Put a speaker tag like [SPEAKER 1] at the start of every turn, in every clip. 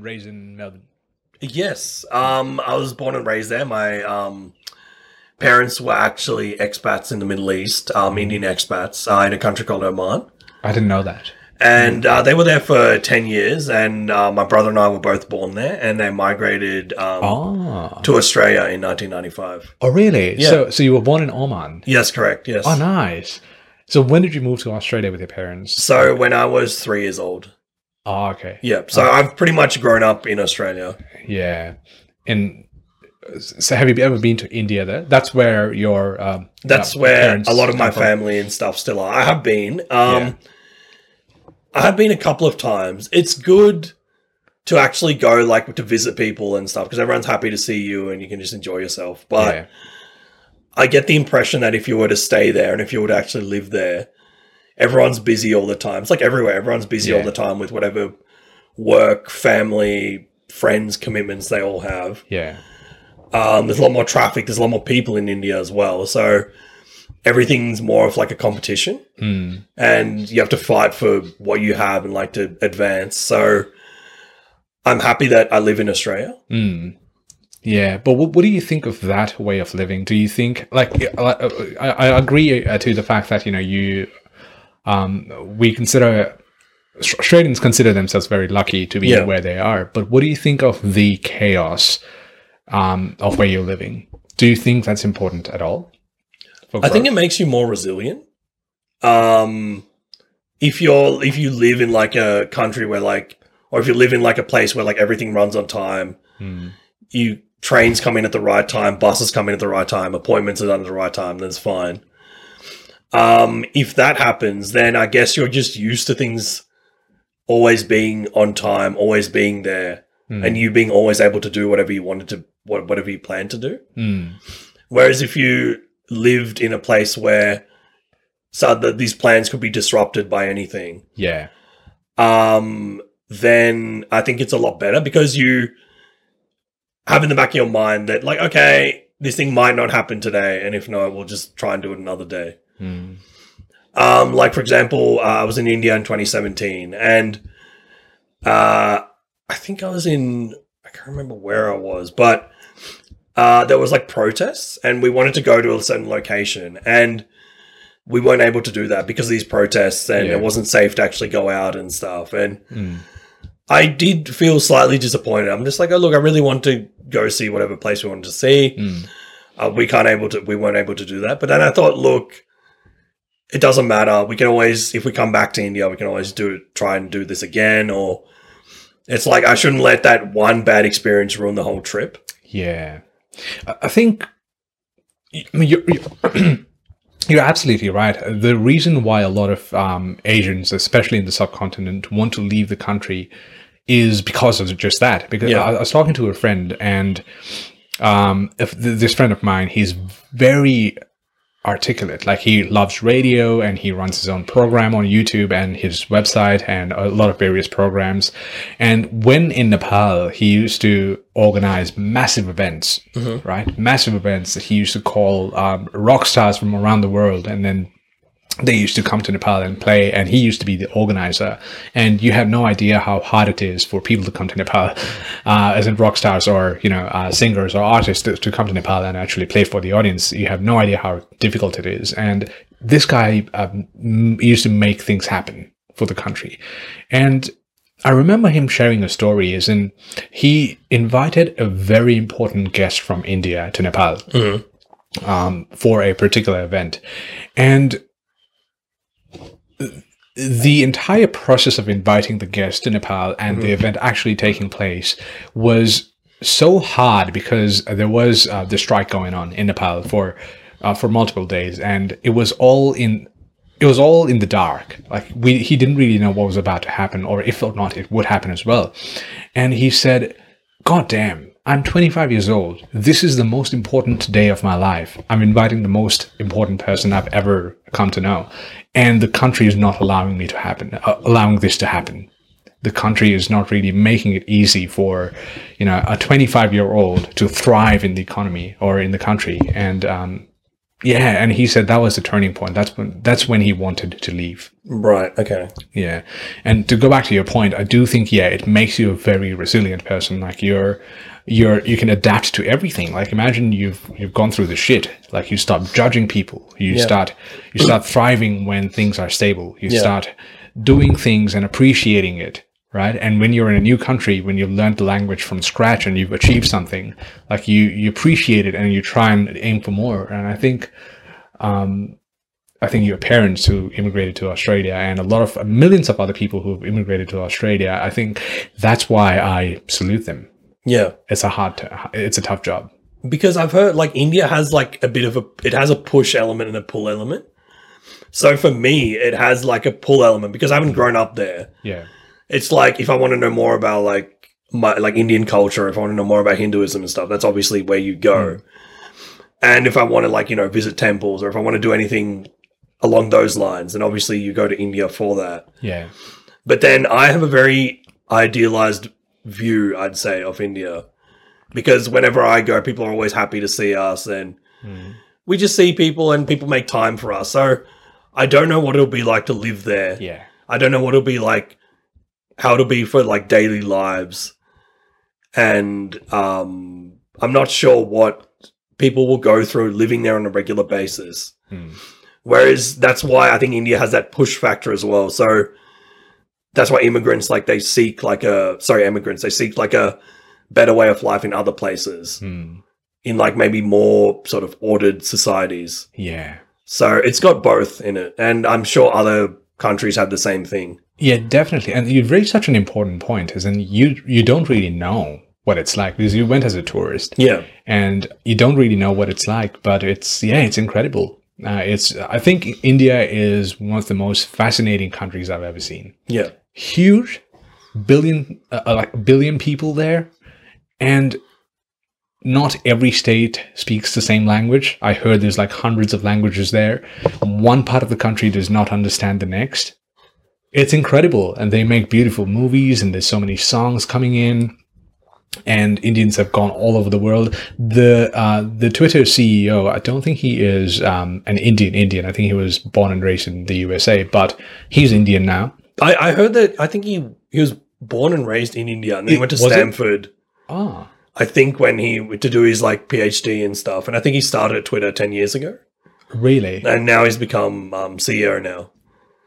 [SPEAKER 1] raised in Melbourne?
[SPEAKER 2] Yes. Um, I was born and raised there. My um, parents were actually expats in the Middle East,
[SPEAKER 1] Mm-hmm.
[SPEAKER 2] um, Indian expats uh, in a country called Oman.
[SPEAKER 1] I didn't know that.
[SPEAKER 2] And
[SPEAKER 1] Mm-hmm.
[SPEAKER 2] uh, they were there for 10 years, and uh, my brother and I were both born there, and they migrated um,
[SPEAKER 1] Oh.
[SPEAKER 2] to Australia in 1995.
[SPEAKER 1] Oh, really?
[SPEAKER 2] Yeah.
[SPEAKER 1] So, so you were born in Oman.
[SPEAKER 2] Yes, correct. Yes.
[SPEAKER 1] Oh, nice. So when did you move to Australia with your parents?
[SPEAKER 2] So when I was three years old.
[SPEAKER 1] Oh, okay.
[SPEAKER 2] Yeah. So I've pretty much grown up in Australia.
[SPEAKER 1] Yeah. And so have you ever been to India there? That's where your um,
[SPEAKER 2] That's
[SPEAKER 1] uh,
[SPEAKER 2] where
[SPEAKER 1] parents
[SPEAKER 2] a lot of my
[SPEAKER 1] come from.
[SPEAKER 2] family and stuff still are. I have been. Um,
[SPEAKER 1] Yeah.
[SPEAKER 2] I have been a couple of times. It's good to actually go, like, to visit people and stuff because everyone's happy to see you and you can just enjoy yourself. But
[SPEAKER 1] Yeah.
[SPEAKER 2] I get the impression that if you were to stay there and if you were to actually live there, everyone's busy all the time. It's like everywhere, everyone's busy
[SPEAKER 1] Yeah.
[SPEAKER 2] all the time with whatever work, family, friends, commitments they all have.
[SPEAKER 1] Yeah.
[SPEAKER 2] Um, there's a lot more traffic. There's a lot more people in India as well. So everything's more of like a competition,
[SPEAKER 1] Mm.
[SPEAKER 2] and you have to fight for what you have and like to advance. So I'm happy that I live in Australia.
[SPEAKER 1] Mm. Yeah, but what, what do you think of that way of living? Do you think like like, uh, I, I agree uh, to the fact that you know you um we consider Aus- Australians consider themselves very lucky to be
[SPEAKER 2] Yeah.
[SPEAKER 1] where they are, but what do you think of the chaos um of where you're living? Do you think that's important at all? for
[SPEAKER 2] I think it
[SPEAKER 1] growth?
[SPEAKER 2] makes you more resilient. Um, if you're if you live in like a country where like, or if you live in like a place where like everything runs on time,
[SPEAKER 1] Mm.
[SPEAKER 2] you trains come in at the right time, buses come in at the right time, appointments are done at the right time, then it's fine. Um, if that happens, then I guess you're just used to things always being on time, always being there,
[SPEAKER 1] Mm.
[SPEAKER 2] and you being always able to do whatever you wanted to, what- whatever you planned to do.
[SPEAKER 1] Mm.
[SPEAKER 2] Whereas if you lived in a place where so that these plans could be disrupted by anything,
[SPEAKER 1] yeah
[SPEAKER 2] um, then I think it's a lot better because you have in the back of your mind that like, okay, this thing might not happen today, and if not, we'll just try and do it another day.
[SPEAKER 1] Mm.
[SPEAKER 2] Um, like for example, uh, I was in India in 2017, and uh, I think I was in I can't remember where I was, but uh, there was like protests, and we wanted to go to a certain location, and we weren't able to do that because of these protests, and
[SPEAKER 1] Yeah.
[SPEAKER 2] it wasn't safe to actually go out and stuff. And
[SPEAKER 1] Mm.
[SPEAKER 2] I did feel slightly disappointed. I'm just like, oh look, I really want to go see whatever place we wanted to see
[SPEAKER 1] Mm.
[SPEAKER 2] uh, we can't able to we weren't able to do that but then i thought look it doesn't matter we can always if we come back to india we can always do it try and do this again or it's like i shouldn't let that one bad experience ruin the whole trip
[SPEAKER 1] Yeah, I I think I mean, you're, you're, you're absolutely right. The reason why a lot of um, Asians, especially in the subcontinent, want to leave the country is because of just that. Because
[SPEAKER 2] Yeah.
[SPEAKER 1] I, I was talking to a friend, and um, if th- this friend of mine, he's very articulate. Like he loves radio and he runs his own program on YouTube and his website and a lot of various programs. And when in Nepal, he used to organize massive events, right? Massive events that he used to call um, rock stars from around the world and then they used to come to Nepal and play, and he used to be the organizer. And you have no idea how hard it is for people to come to Nepal, uh, as in rock stars or you know uh, singers or artists to, to come to Nepal and actually play for the audience. You have no idea how difficult it is. And this guy um, m- used to make things happen for the country, and I remember him sharing a story. Is in he invited a very important guest from India to Nepal um, for a particular event. And the entire process of inviting the guest to Nepal and the event actually taking place was so hard because there was uh, the strike going on in Nepal for uh, for multiple days, and it was all in it was all in the dark. Like we, he didn't really know what was about to happen, or if or not it would happen as well. And he said, "God damn, I'm 25 years old. This is the most important day of my life. I'm inviting the most important person I've ever come to know, and the country is not allowing me to happen, uh, allowing this to happen." The country is not really making it easy for, you know, a 25 year old to thrive in the economy or in the country. And um, yeah, and he said that was the turning point. That's when that's when he wanted to leave.
[SPEAKER 2] Right. Okay.
[SPEAKER 1] Yeah. And to go back to your point, I do think yeah, it makes you a very resilient person. Like you're you're you can adapt to everything. Like imagine you've you've gone through the shit. Like you start judging people. You start you start thriving when things are stable. You start doing things and appreciating it. Right. And when you're in a new country, when you've learned the language from scratch and you've achieved something, like you you appreciate it and you try and aim for more. And I think I think your parents who immigrated to Australia and a lot of millions of other people who've immigrated to Australia, I think that's why I salute them.
[SPEAKER 2] Yeah.
[SPEAKER 1] It's a hard, t- it's a tough job.
[SPEAKER 2] because I've heard like India has like a bit of a it has a push element and a pull element. So for me, it has like a pull element because I haven't grown up there.
[SPEAKER 1] Yeah.
[SPEAKER 2] It's like if I want to know more about like my like Indian culture, if I want to know more about Hinduism and stuff, that's obviously where you go. And if I want to like you know visit temples or if I want to do anything along those lines, then obviously you go to India for that.
[SPEAKER 1] Yeah.
[SPEAKER 2] But then I have a very idealized view, I'd say, of India. Because whenever I go, people are always happy to see us and
[SPEAKER 1] Mm.
[SPEAKER 2] we just see people and people make time for us. So I don't know what it'll be like to live there.
[SPEAKER 1] Yeah.
[SPEAKER 2] I don't know what it'll be like how it'll be for like daily lives. And um I'm not sure what people will go through living there on a regular basis.
[SPEAKER 1] Mm.
[SPEAKER 2] Whereas that's why I think India has that push factor as well. So that's why immigrants like they seek like a sorry, immigrants, they seek like a better way of life in other places.
[SPEAKER 1] Mm.
[SPEAKER 2] In like maybe more sort of ordered societies.
[SPEAKER 1] Yeah.
[SPEAKER 2] So it's got both in it, and I'm sure other countries have the same thing.
[SPEAKER 1] Yeah, definitely. And you've raised such an important point is in you, you don't really know what it's like because you went as a tourist.
[SPEAKER 2] Yeah,
[SPEAKER 1] and you don't really know what it's like but it's yeah it's incredible uh, it's i think india is one of the most fascinating countries i've ever seen
[SPEAKER 2] yeah,
[SPEAKER 1] huge billion uh, uh, like billion people there and not every state speaks the same language i heard there's like hundreds of languages there one part of the country does not understand the next it's incredible and they make beautiful movies and there's so many songs coming in and Indians have gone all over the world. The uh, the Twitter CEO, I don't think he is um, an Indian Indian. I think he was born and raised in the USA, but he's Indian now.
[SPEAKER 2] I, I heard that. I think he he was born and raised in India, and then he went to
[SPEAKER 1] was it?
[SPEAKER 2] Stanford.
[SPEAKER 1] Ah,
[SPEAKER 2] I think when he to do his like PhD and stuff, and I think he started at Twitter ten years ago,
[SPEAKER 1] Really?
[SPEAKER 2] and now he's become um, CEO now.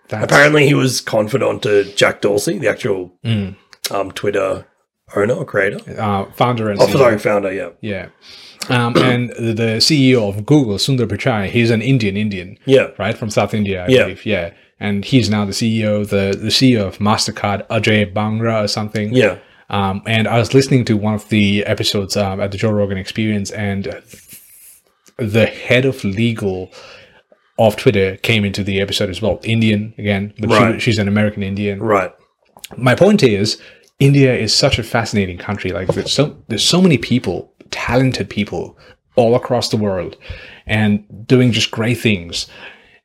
[SPEAKER 1] That's,
[SPEAKER 2] Apparently, he was confidant to Jack Dorsey, the actual
[SPEAKER 1] Mm.
[SPEAKER 2] um, Twitter owner or creator.
[SPEAKER 1] uh, founder and
[SPEAKER 2] Oh,
[SPEAKER 1] CEO.
[SPEAKER 2] sorry, founder. Yeah,
[SPEAKER 1] yeah, um, and the CEO of Google, Sundar Pichai, he's an Indian Indian,
[SPEAKER 2] yeah,
[SPEAKER 1] right from South India, I
[SPEAKER 2] Yeah.
[SPEAKER 1] believe. Yeah, and he's now the CEO, the the CEO of Mastercard, Ajay Bangra or something.
[SPEAKER 2] yeah.
[SPEAKER 1] Um, and I was listening to one of the episodes um, at the Joe Rogan Experience, and the head of legal of Twitter came into the episode as well. Indian again, but she,
[SPEAKER 2] Right.
[SPEAKER 1] she's an American Indian.
[SPEAKER 2] Right.
[SPEAKER 1] my point is india is such a fascinating country like there's so there's so many people talented people all across the world and doing just great things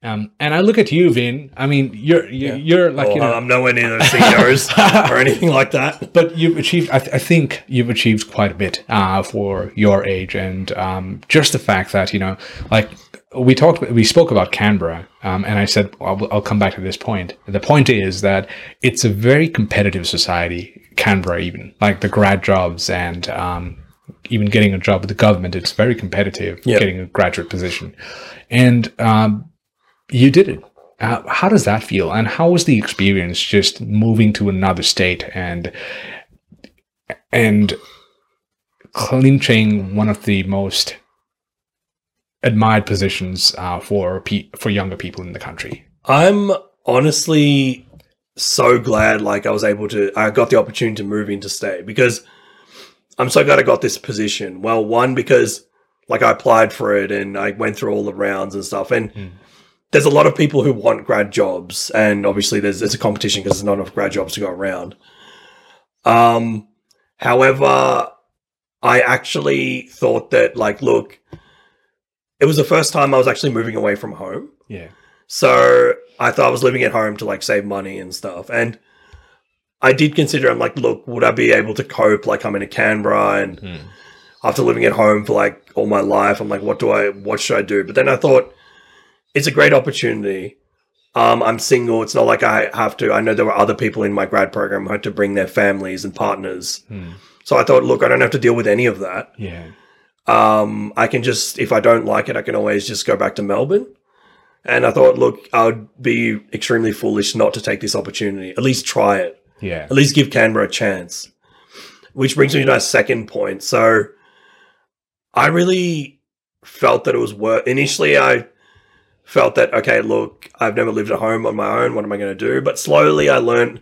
[SPEAKER 1] um, and i look at you vin i mean you're you're, you're like you know
[SPEAKER 2] I'm Um, nowhere near those CEOs or anything like that.
[SPEAKER 1] but you've achieved I, th- I think you've achieved quite a bit uh, for your age and um, just the fact that you know like we talked we spoke about canberra um, and i said I'll, I'll come back to this point the point is that it's a very competitive society canberra even like the grad jobs and um, even getting a job with the government it's very competitive
[SPEAKER 2] Yeah.
[SPEAKER 1] getting a graduate position and um, you did it. Uh, how does that feel? And how was the experience just moving to another state and and clinching one of the most admired positions uh, for pe- for younger people in the country?
[SPEAKER 2] I'm honestly so glad like I was able to I got the opportunity to move into state because I'm so glad I got this position. Well, one because like I applied for it and I went through all the rounds and stuff and
[SPEAKER 1] Mm.
[SPEAKER 2] there's a lot of people who want grad jobs and obviously there's it's a competition because there's not enough grad jobs to go around. Um however I actually thought that like look it was the first time I was actually moving away from home.
[SPEAKER 1] Yeah.
[SPEAKER 2] So I thought I was living at home to like save money and stuff. And
[SPEAKER 1] Hmm.
[SPEAKER 2] I did consider I'm like, look, would I be able to cope? Like I'm in a Canberra and after living at home for like all my life, I'm like, what do I, what should I do? But then I thought it's a great opportunity. Um, I'm single. It's not like I have to. I know there were other people in my grad program who had to bring their families and partners.
[SPEAKER 1] Hmm.
[SPEAKER 2] So I thought, look, I don't have to deal with any of that.
[SPEAKER 1] Yeah.
[SPEAKER 2] Um, I can just, if I don't like it, I can always just go back to Melbourne. And I thought, look, I would be extremely foolish not to take this opportunity, at least try it
[SPEAKER 1] Yeah.
[SPEAKER 2] at least give Canberra a chance. Which brings me to my second point. So I really felt that it was worth initially I felt that okay, look, I've never lived at home on my own, what am I gonna do? But slowly I learned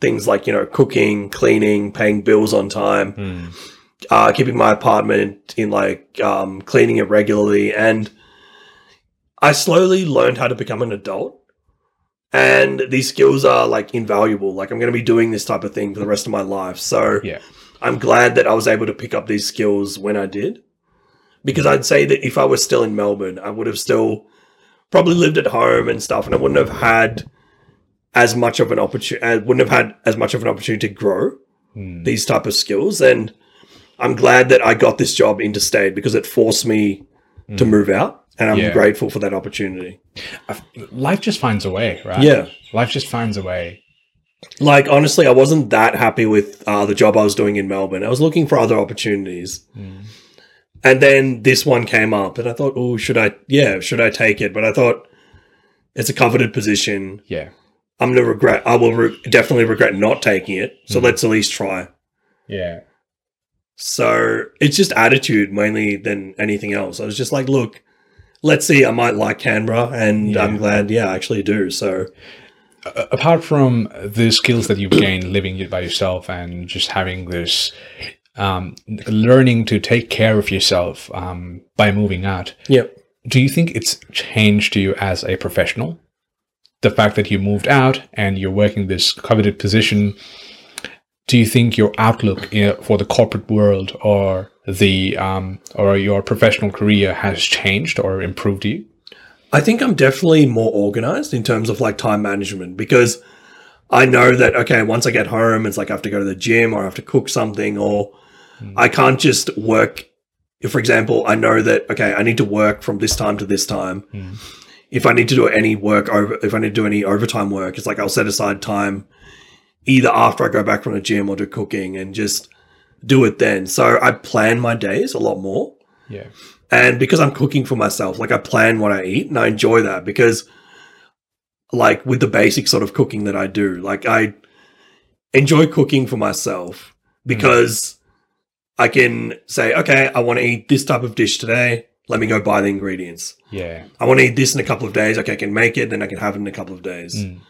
[SPEAKER 2] things like, you know, cooking, cleaning, paying bills on time
[SPEAKER 1] Hmm.
[SPEAKER 2] uh, keeping my apartment in like um, cleaning it regularly, and I slowly learned how to become an adult. And these skills are like invaluable. Like I'm going to be doing this type of thing for the rest of my life. So
[SPEAKER 1] Yeah.
[SPEAKER 2] I'm glad that I was able to pick up these skills when I did, because I'd say that if I was still in Melbourne, I would have still probably lived at home and stuff, and I wouldn't have had as much of an opportunity. Wouldn't have had as much of an opportunity to grow
[SPEAKER 1] Hmm.
[SPEAKER 2] these type of skills and i'm glad that i got this job interstate because it forced me to
[SPEAKER 1] Mm.
[SPEAKER 2] move out and i'm
[SPEAKER 1] Yeah.
[SPEAKER 2] grateful for that opportunity
[SPEAKER 1] Life just finds a way, right?
[SPEAKER 2] yeah
[SPEAKER 1] Life just finds a way.
[SPEAKER 2] like honestly i wasn't that happy with uh, the job i was doing in melbourne i was looking for other opportunities
[SPEAKER 1] Hmm.
[SPEAKER 2] and then this one came up and i thought oh should i yeah should i take it but i thought it's a coveted position
[SPEAKER 1] Yeah.
[SPEAKER 2] i'm gonna regret i will re- definitely regret not taking it so
[SPEAKER 1] Mm.
[SPEAKER 2] let's at least try
[SPEAKER 1] Yeah.
[SPEAKER 2] So it's just attitude mainly than anything else. I was just like, look, let's see. I might like Canberra, and
[SPEAKER 1] Yeah.
[SPEAKER 2] I'm glad, yeah, I actually do. So
[SPEAKER 1] A- apart from the skills that you've gained living it by yourself and just having this um, learning to take care of yourself um, by moving out,
[SPEAKER 2] Yep.
[SPEAKER 1] do you think it's changed you as a professional? The fact that you moved out and you're working this coveted position, do you think your outlook you know, for the corporate world or the um, or your professional career has changed or improved you?
[SPEAKER 2] I think I'm definitely more organized in terms of like time management because I know that okay, once I get home, it's like I have to go to the gym or I have to cook something or
[SPEAKER 1] Mm.
[SPEAKER 2] I can't just work. If, for example, I know that okay, I need to work from this time to this time. if I need to do any work over, if I need to do any overtime work, it's like I'll set aside time either after I go back from the gym or do cooking and just do it then. So I plan my days a lot more.
[SPEAKER 1] Yeah.
[SPEAKER 2] And because I'm cooking for myself, like I plan what I eat and I enjoy that because, like, with the basic sort of cooking that I do, like, I enjoy cooking for myself because I can say, okay, I want to eat this type of dish today. Let me go buy the ingredients.
[SPEAKER 1] Yeah.
[SPEAKER 2] I want to eat this in a couple of days. Okay, I can make it, then I can have it in a couple of days.
[SPEAKER 1] Mm.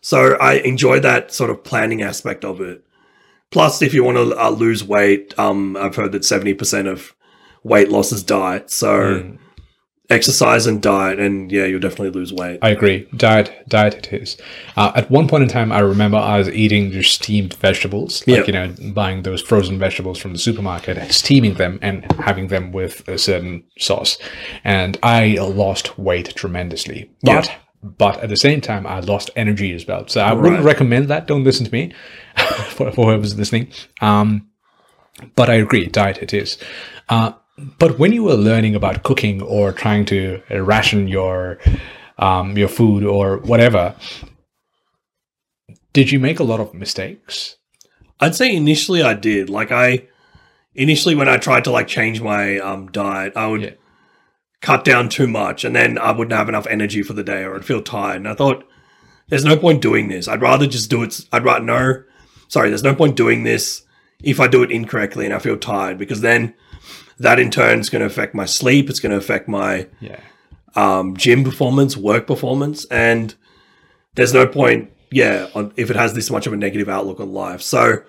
[SPEAKER 2] So I enjoy that sort of planning aspect of it. Plus, if you want to uh, lose weight, um, I've heard that 70% of weight loss is diet. So
[SPEAKER 1] Mm.
[SPEAKER 2] exercise and diet, and yeah, you'll definitely lose weight.
[SPEAKER 1] I agree. Diet, diet it is. Uh, at one point in time, I remember I was eating just steamed vegetables, like
[SPEAKER 2] Yeah.
[SPEAKER 1] you know, buying those frozen vegetables from the supermarket, steaming them, and having them with a certain sauce. And I lost weight tremendously,
[SPEAKER 2] Yeah.
[SPEAKER 1] but but at the same time, I lost energy as well. So I wouldn't
[SPEAKER 2] Right.
[SPEAKER 1] recommend that. Don't listen to me, for, for whoever's listening. Um, but I agree, diet it is. Uh, but when you were learning about cooking or trying to uh, ration your um, your food or whatever, did you make a lot of mistakes?
[SPEAKER 2] I'd say initially I did. Like I initially when I tried to like change my um, diet, I would
[SPEAKER 1] Yeah.
[SPEAKER 2] cut down too much, and then I wouldn't have enough energy for the day, or I'd feel tired. And I thought, there's no point doing this. I'd rather just do it. s- I'd rather no. Sorry, there's no point doing this if I do it incorrectly and I feel tired because then that in turn is going to affect my sleep. It's going to affect my
[SPEAKER 1] Yeah,
[SPEAKER 2] um, gym performance, work performance, and there's no point, yeah, on, if it has this much of a negative outlook on life. So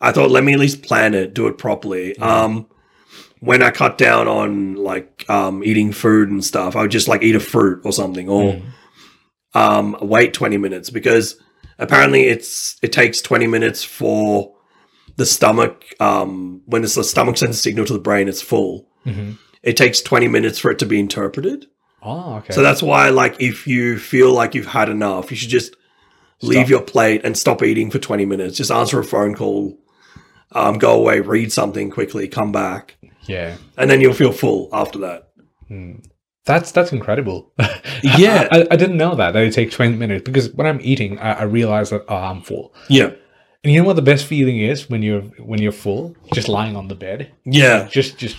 [SPEAKER 2] I thought, let me at least plan it, do it properly. Um, when I cut down on like um, eating food and stuff, I would just like eat a fruit or something, or
[SPEAKER 1] Mm.
[SPEAKER 2] um, wait 20 minutes because apparently it's it takes 20 minutes for the stomach um, when it's the stomach sends a signal to the brain it's full.
[SPEAKER 1] hmm
[SPEAKER 2] It takes 20 minutes for it to be interpreted.
[SPEAKER 1] Oh, okay.
[SPEAKER 2] So that's why, like, if you feel like you've had enough, you should just leave
[SPEAKER 1] Stop.
[SPEAKER 2] your plate and stop eating for 20 minutes. Just answer a phone call, um, go away, read something quickly, come back.
[SPEAKER 1] Yeah.
[SPEAKER 2] and then you'll feel full after that.
[SPEAKER 1] Hmm. That's that's incredible. I-
[SPEAKER 2] Yeah.
[SPEAKER 1] I, I, didn't know that that it takes twenty minutes because when I'm eating, I, I realize that oh, I'm full.
[SPEAKER 2] Yeah,
[SPEAKER 1] And you know what the best feeling is when you're when you're full, just lying on the bed,
[SPEAKER 2] yeah,
[SPEAKER 1] just just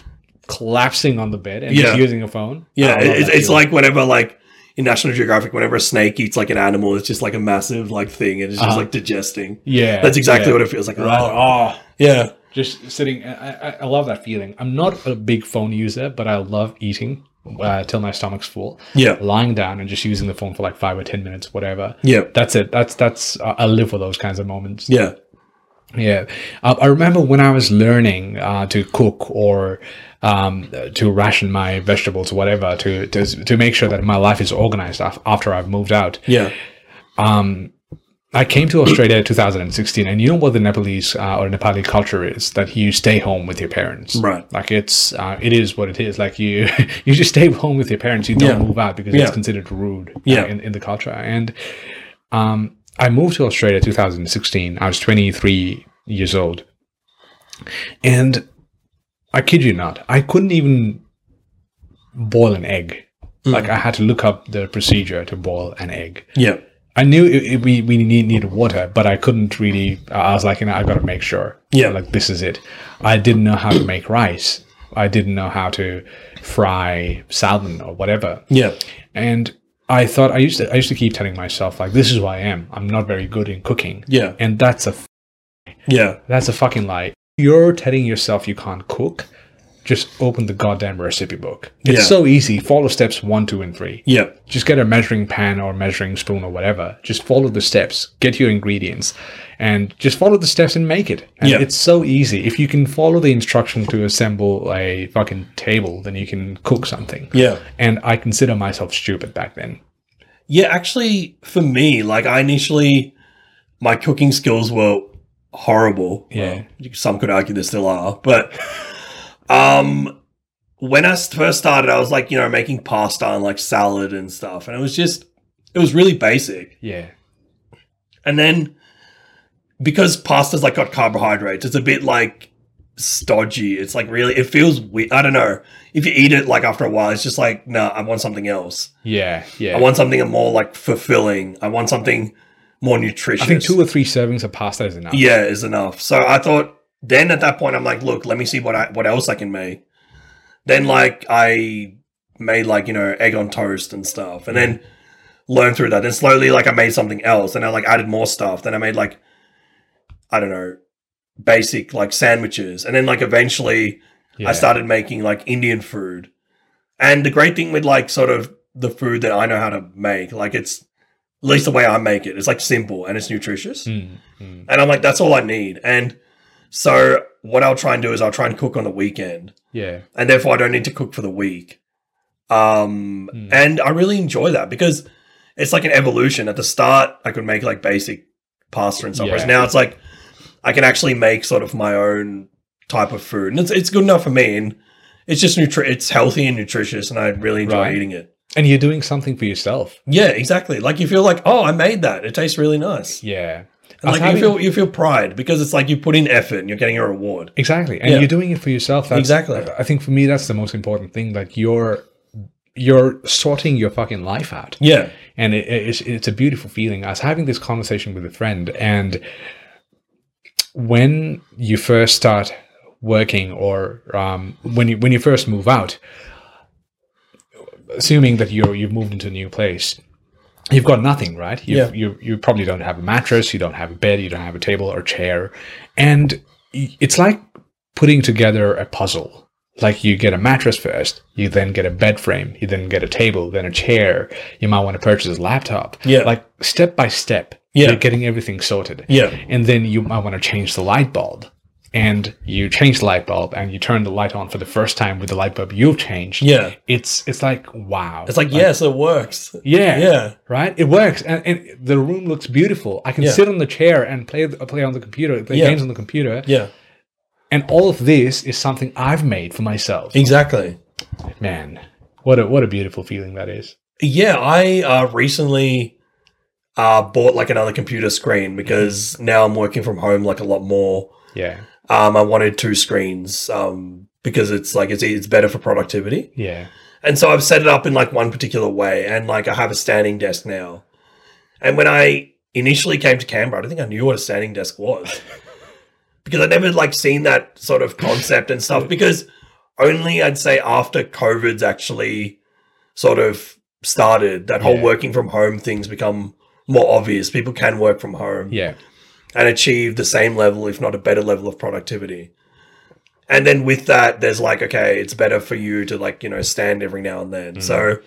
[SPEAKER 1] collapsing on the bed and
[SPEAKER 2] Yeah.
[SPEAKER 1] just using a phone.
[SPEAKER 2] yeah.
[SPEAKER 1] I love
[SPEAKER 2] It, it's
[SPEAKER 1] that
[SPEAKER 2] it's
[SPEAKER 1] feeling.
[SPEAKER 2] like whenever like in National Geographic, whenever a snake eats like an animal, it's just like a massive like thing, and it's just
[SPEAKER 1] Uh-huh.
[SPEAKER 2] like digesting.
[SPEAKER 1] yeah,
[SPEAKER 2] That's exactly
[SPEAKER 1] yeah.
[SPEAKER 2] what it feels like.
[SPEAKER 1] Right. Oh,
[SPEAKER 2] Yeah,
[SPEAKER 1] just sitting. I, I, I love that feeling. I'm not a big phone user, but I love eating uh, till my stomach's full.
[SPEAKER 2] yeah,
[SPEAKER 1] Lying down and just using the phone for like five or ten minutes, whatever.
[SPEAKER 2] yeah,
[SPEAKER 1] That's it. That's that's. uh, I I live for those kinds of moments.
[SPEAKER 2] yeah,
[SPEAKER 1] Yeah, uh, I remember when I was learning uh, to cook or um, uh, to ration my vegetables, whatever, to, to to make sure that my life is organized af- after I've moved out.
[SPEAKER 2] yeah.
[SPEAKER 1] Um, I came to Australia in 2016, and you know what the Nepalese uh, or Nepali culture is that you stay home with your parents.
[SPEAKER 2] Right.
[SPEAKER 1] Like it's uh, it is what it is. Like you you just stay home with your parents. You don't
[SPEAKER 2] Yeah.
[SPEAKER 1] move out because
[SPEAKER 2] Yeah.
[SPEAKER 1] it's considered rude. uh,
[SPEAKER 2] Yeah.
[SPEAKER 1] in, in the culture. And um, I moved to Australia 2016. I was 23 years old, and I kid you not, I couldn't even boil an egg.
[SPEAKER 2] Hmm.
[SPEAKER 1] Like I had to look up the procedure to boil an egg.
[SPEAKER 2] Yeah.
[SPEAKER 1] I knew it, it, we we need, needed water, but I couldn't really. I was like, you know, I got to make sure.
[SPEAKER 2] Yeah.
[SPEAKER 1] like this is it. I didn't know how to make rice. I didn't know how to fry salmon or whatever.
[SPEAKER 2] Yeah.
[SPEAKER 1] And I thought I used to I used to keep telling myself like, this is who I am. I'm not very good in cooking,
[SPEAKER 2] Yeah.
[SPEAKER 1] and that's a f-
[SPEAKER 2] Yeah.
[SPEAKER 1] that's a fucking lie. You're telling yourself you can't cook. Just open the goddamn recipe book. It's
[SPEAKER 2] Yeah.
[SPEAKER 1] so easy. Follow steps one, two, and three
[SPEAKER 2] Yeah.
[SPEAKER 1] just get a measuring pan or measuring spoon or whatever. Just follow the steps, get your ingredients, and just follow the steps and make it. And
[SPEAKER 2] Yeah.
[SPEAKER 1] it's so easy. If you can follow the instruction to assemble a fucking table, then you can cook something.
[SPEAKER 2] Yeah.
[SPEAKER 1] And I consider myself stupid back then.
[SPEAKER 2] Yeah, actually, for me, like I initially, my cooking skills were horrible.
[SPEAKER 1] Yeah.
[SPEAKER 2] Well, some could argue they still are, but um, when I s- first started, I was like, you know, making pasta and like salad and stuff, and it was just, it was really basic.
[SPEAKER 1] Yeah.
[SPEAKER 2] And then because pasta's like got carbohydrates, it's a bit like stodgy. It's like really, it feels weird. I don't know. If you eat it like after a while, it's just like, nah, I want something else.
[SPEAKER 1] Yeah. Yeah.
[SPEAKER 2] I
[SPEAKER 1] I,
[SPEAKER 2] want something more like fulfilling. I want something more nutritious.
[SPEAKER 1] think two or three servings of pasta is enough.
[SPEAKER 2] yeah is enough. So I thought then at that point I'm like, look, let me see what I what else I can make. Then like I made like you know egg on toast and stuff, and then learned through that. Then slowly like I made something else, and I like added more stuff. Then I made like I don't know basic like sandwiches, and then like eventually
[SPEAKER 1] Yeah.
[SPEAKER 2] I started making like Indian food. And the great thing with like sort of the food that I know how to make, like it's at least the way I make it, it's like simple and it's nutritious.
[SPEAKER 1] Mm, mm.
[SPEAKER 2] And I'm like, that's all I need. And so what I'll try and do is I'll try and cook on the weekend.
[SPEAKER 1] Yeah.
[SPEAKER 2] And therefore I don't need to cook for the week. Um
[SPEAKER 1] Mm.
[SPEAKER 2] and I really enjoy that because it's like an evolution. At the start, I could make like basic pasta and stuff. Whereas
[SPEAKER 1] Yeah.
[SPEAKER 2] now it's like I can actually make sort of my own type of food, and it's it's good enough for me. And it's just nutri- it's healthy and nutritious, and I really enjoy
[SPEAKER 1] Right.
[SPEAKER 2] eating it.
[SPEAKER 1] And you're doing something for yourself.
[SPEAKER 2] Yeah, exactly. Like you feel like, oh, I made that. It tastes really nice.
[SPEAKER 1] Yeah. I e-,
[SPEAKER 2] And
[SPEAKER 1] was
[SPEAKER 2] like you
[SPEAKER 1] having-
[SPEAKER 2] feel you feel pride because it's like you put in effort and you're getting a reward.
[SPEAKER 1] Exactly, and
[SPEAKER 2] Yeah.
[SPEAKER 1] you're doing it for yourself. That's,
[SPEAKER 2] Exactly.
[SPEAKER 1] I think for me, that's the most important thing. Like you're you're sorting your fucking life out,
[SPEAKER 2] Yeah,
[SPEAKER 1] and it, it's it's a beautiful feeling. I was having this conversation with a friend, and when you first start working, or um, when you when you first move out, assuming that you're you've moved into a new place. You've got nothing, right? you
[SPEAKER 2] Yeah.
[SPEAKER 1] you you probably don't have a mattress, you don't have a bed, you don't have a table or chair, and y- it's like putting together a puzzle. Like you get a mattress first, you then get a bed frame, you then get a table, then a chair. You might want to purchase a laptop.
[SPEAKER 2] Yeah.
[SPEAKER 1] Like step by step,
[SPEAKER 2] Yeah.
[SPEAKER 1] you're getting everything sorted.
[SPEAKER 2] yeah,
[SPEAKER 1] And then you might want to change the light bulb. And you change the light bulb and you turn the light on for the first time with the light bulb you've changed.
[SPEAKER 2] yeah.
[SPEAKER 1] It's it's like wow.
[SPEAKER 2] It's like yes, it works.
[SPEAKER 1] yeah,
[SPEAKER 2] Yeah,
[SPEAKER 1] right? It works, and, and the room looks beautiful. I can
[SPEAKER 2] Yeah.
[SPEAKER 1] sit on the chair and play play on the computer, play
[SPEAKER 2] Yeah.
[SPEAKER 1] games on the computer,
[SPEAKER 2] yeah.
[SPEAKER 1] and all of this is something I've made for myself.
[SPEAKER 2] Exactly.
[SPEAKER 1] Man, what a what a beautiful feeling that is.
[SPEAKER 2] Yeah, I uh, recently uh, bought like another computer screen because now I'm working from home like a lot more.
[SPEAKER 1] Yeah,
[SPEAKER 2] Um, I wanted two screens um, because it's like it's it's better for productivity.
[SPEAKER 1] Yeah.
[SPEAKER 2] And so I've set it up in like one particular way, and like I have a standing desk now. And when I initially came to Canberra, I don't think I knew what a standing desk was because I'd never like seen that sort of concept and stuff. Because only I'd say after COVID's actually sort of started, that whole
[SPEAKER 1] Yeah.
[SPEAKER 2] working from home things become more obvious. People can work from home
[SPEAKER 1] Yeah.
[SPEAKER 2] and achieve the same level, if not a better level of productivity. And then with that, there's like, okay, it's better for you to like, you know, stand every now and then.
[SPEAKER 1] Mhm.
[SPEAKER 2] So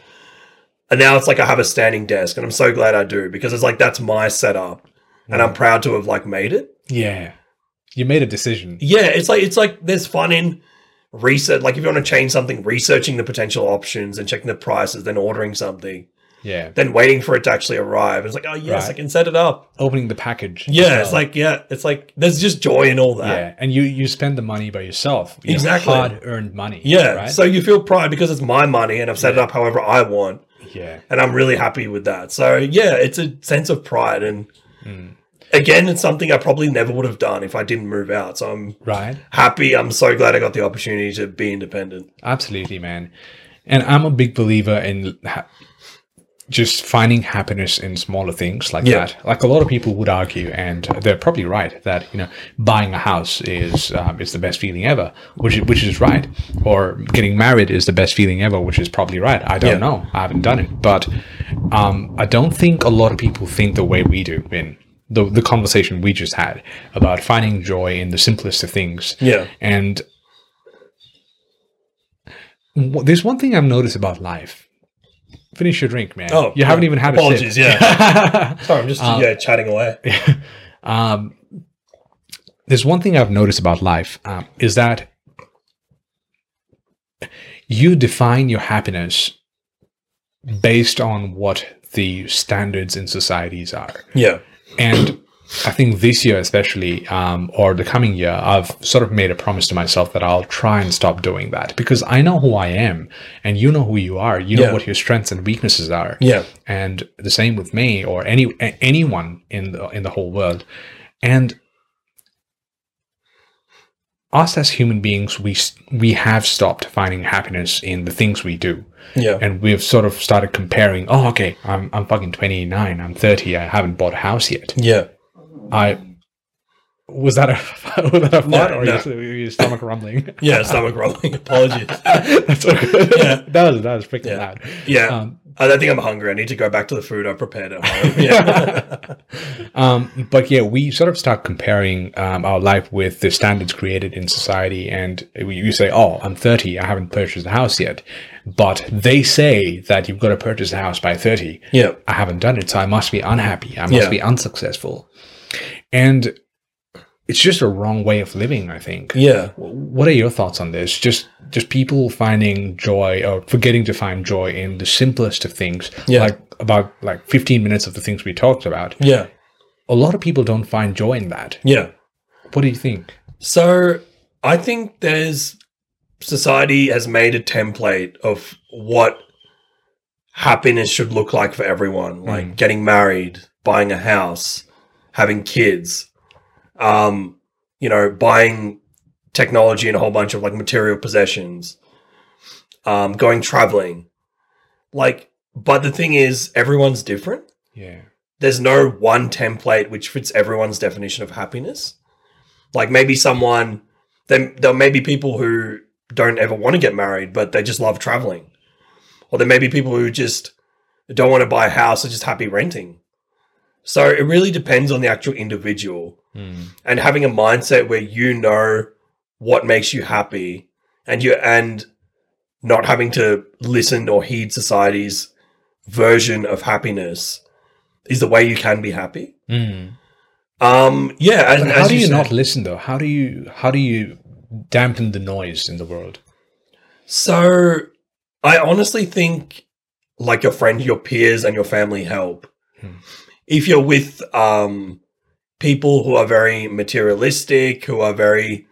[SPEAKER 2] and now it's like I have a standing desk and I'm so glad I do because it's like that's my setup and I'm proud to have like made it.
[SPEAKER 1] Yeah. You made a decision.
[SPEAKER 2] Yeah, it's like it's like there's fun in research like if you want to change something, researching the potential options and checking the prices, then ordering something,
[SPEAKER 1] Yeah.
[SPEAKER 2] then waiting for it to actually arrive. It's like, oh yes,
[SPEAKER 1] Right.
[SPEAKER 2] I can set it up.
[SPEAKER 1] Opening the package. as
[SPEAKER 2] Yeah, it's
[SPEAKER 1] well.
[SPEAKER 2] like yeah, it's like there's just joy in all that.
[SPEAKER 1] yeah, and you you spend the money by yourself. You know,
[SPEAKER 2] Exactly.
[SPEAKER 1] Hard earned money.
[SPEAKER 2] Yeah.
[SPEAKER 1] Right.
[SPEAKER 2] So you feel pride because it's my money and I've set it up however I want.
[SPEAKER 1] yeah.
[SPEAKER 2] And I'm really happy with that. So yeah, it's a sense of pride. And
[SPEAKER 1] Mm.
[SPEAKER 2] again, it's something I probably never would have done if I didn't move out. So I'm
[SPEAKER 1] Right.
[SPEAKER 2] happy. I'm so glad I got the opportunity to be independent.
[SPEAKER 1] Absolutely, man. And I'm a big believer in ha- just finding happiness in smaller things like
[SPEAKER 2] Yeah.
[SPEAKER 1] that. Like a lot of people would argue, and they're probably right that you know buying a house is um, is the best feeling ever, which is- which is right, or getting married is the best feeling ever, which is probably right. I don't
[SPEAKER 2] Yeah.
[SPEAKER 1] know. I haven't done it, but um, I don't think a lot of people think the way we do in. The, the conversation we just had about finding joy in the simplest of things
[SPEAKER 2] Yeah.
[SPEAKER 1] and w- there's one thing I've noticed about life. Finish your drink, man.
[SPEAKER 2] Oh,
[SPEAKER 1] you haven't
[SPEAKER 2] yeah.
[SPEAKER 1] even had
[SPEAKER 2] Apologies,
[SPEAKER 1] a sip. Yeah.
[SPEAKER 2] Sorry, I'm just yeah, chatting away.
[SPEAKER 1] um, there's one thing I've noticed about life um, is that you define your happiness based on what the standards in societies are.
[SPEAKER 2] Yeah.
[SPEAKER 1] And I think this year, especially, um, or the coming year, I've sort of made a promise to myself that I'll try and stop doing that because I know who I am and you know who you are. You know
[SPEAKER 2] Yeah.
[SPEAKER 1] what your strengths and weaknesses are.
[SPEAKER 2] Yeah.
[SPEAKER 1] And the same with me or any a- anyone in the, in the whole world. And us as human beings, we s- we have stopped finding happiness in the things we do
[SPEAKER 2] Yeah.
[SPEAKER 1] and we've sort of started comparing oh okay i'm, I'm fucking 29 i'm 30 i haven't bought a house yet
[SPEAKER 2] Yeah.
[SPEAKER 1] i was that a was that a
[SPEAKER 2] No,
[SPEAKER 1] fart or
[SPEAKER 2] no.
[SPEAKER 1] your- your, stomach rumbling
[SPEAKER 2] Yeah. Stomach rolling. Apologies.
[SPEAKER 1] that's so good
[SPEAKER 2] Yeah.
[SPEAKER 1] that was that was freaking
[SPEAKER 2] Yeah.
[SPEAKER 1] loud
[SPEAKER 2] Yeah.
[SPEAKER 1] um,
[SPEAKER 2] I don't think I'm hungry. I need to go back to the food I prepared at home. Yeah.
[SPEAKER 1] um, but yeah, we sort of start comparing um, our life with the standards created in society, and we- you say, "Oh, I'm 30, I haven't purchased a house yet," but they say that you've got to purchase a house by 30.
[SPEAKER 2] yeah.
[SPEAKER 1] I haven't done it, so I must be unhappy. I must
[SPEAKER 2] Yeah.
[SPEAKER 1] be unsuccessful. And it's just a wrong way of living, I think.
[SPEAKER 2] Yeah.
[SPEAKER 1] What are your thoughts on this? Just just people finding joy or forgetting to find joy in the simplest of things.
[SPEAKER 2] Yeah.
[SPEAKER 1] Like about like 15 minutes of the things we talked about.
[SPEAKER 2] Yeah.
[SPEAKER 1] A lot of people don't find joy in that.
[SPEAKER 2] Yeah.
[SPEAKER 1] What do you think?
[SPEAKER 2] So I think there's society has made a template of what happiness should look like for everyone, like getting married, buying a house, having kids, um, you know, buying technology and a whole bunch of like material possessions, um, going traveling. Like, but the thing is, everyone's different
[SPEAKER 1] Yeah.
[SPEAKER 2] there's no one template which fits everyone's definition of happiness. Like maybe someone, there, there may be people who don't ever want to get married, but they just love traveling. Or there may be people who just don't want to buy a house, are just happy renting. So it really depends on the actual individual
[SPEAKER 1] Hmm.
[SPEAKER 2] and having a mindset where you know what makes you happy and you and not having to listen or heed society's version of happiness is the way you can be happy. Um, yeah, as,
[SPEAKER 1] But Hmm. how
[SPEAKER 2] as
[SPEAKER 1] do you
[SPEAKER 2] said.
[SPEAKER 1] not listen though? How do you how do you dampen the noise in the world?
[SPEAKER 2] So, I honestly think like your friend, your peers, and your family help.
[SPEAKER 1] Hmm.
[SPEAKER 2] If you're with um, people who are very materialistic, who are very,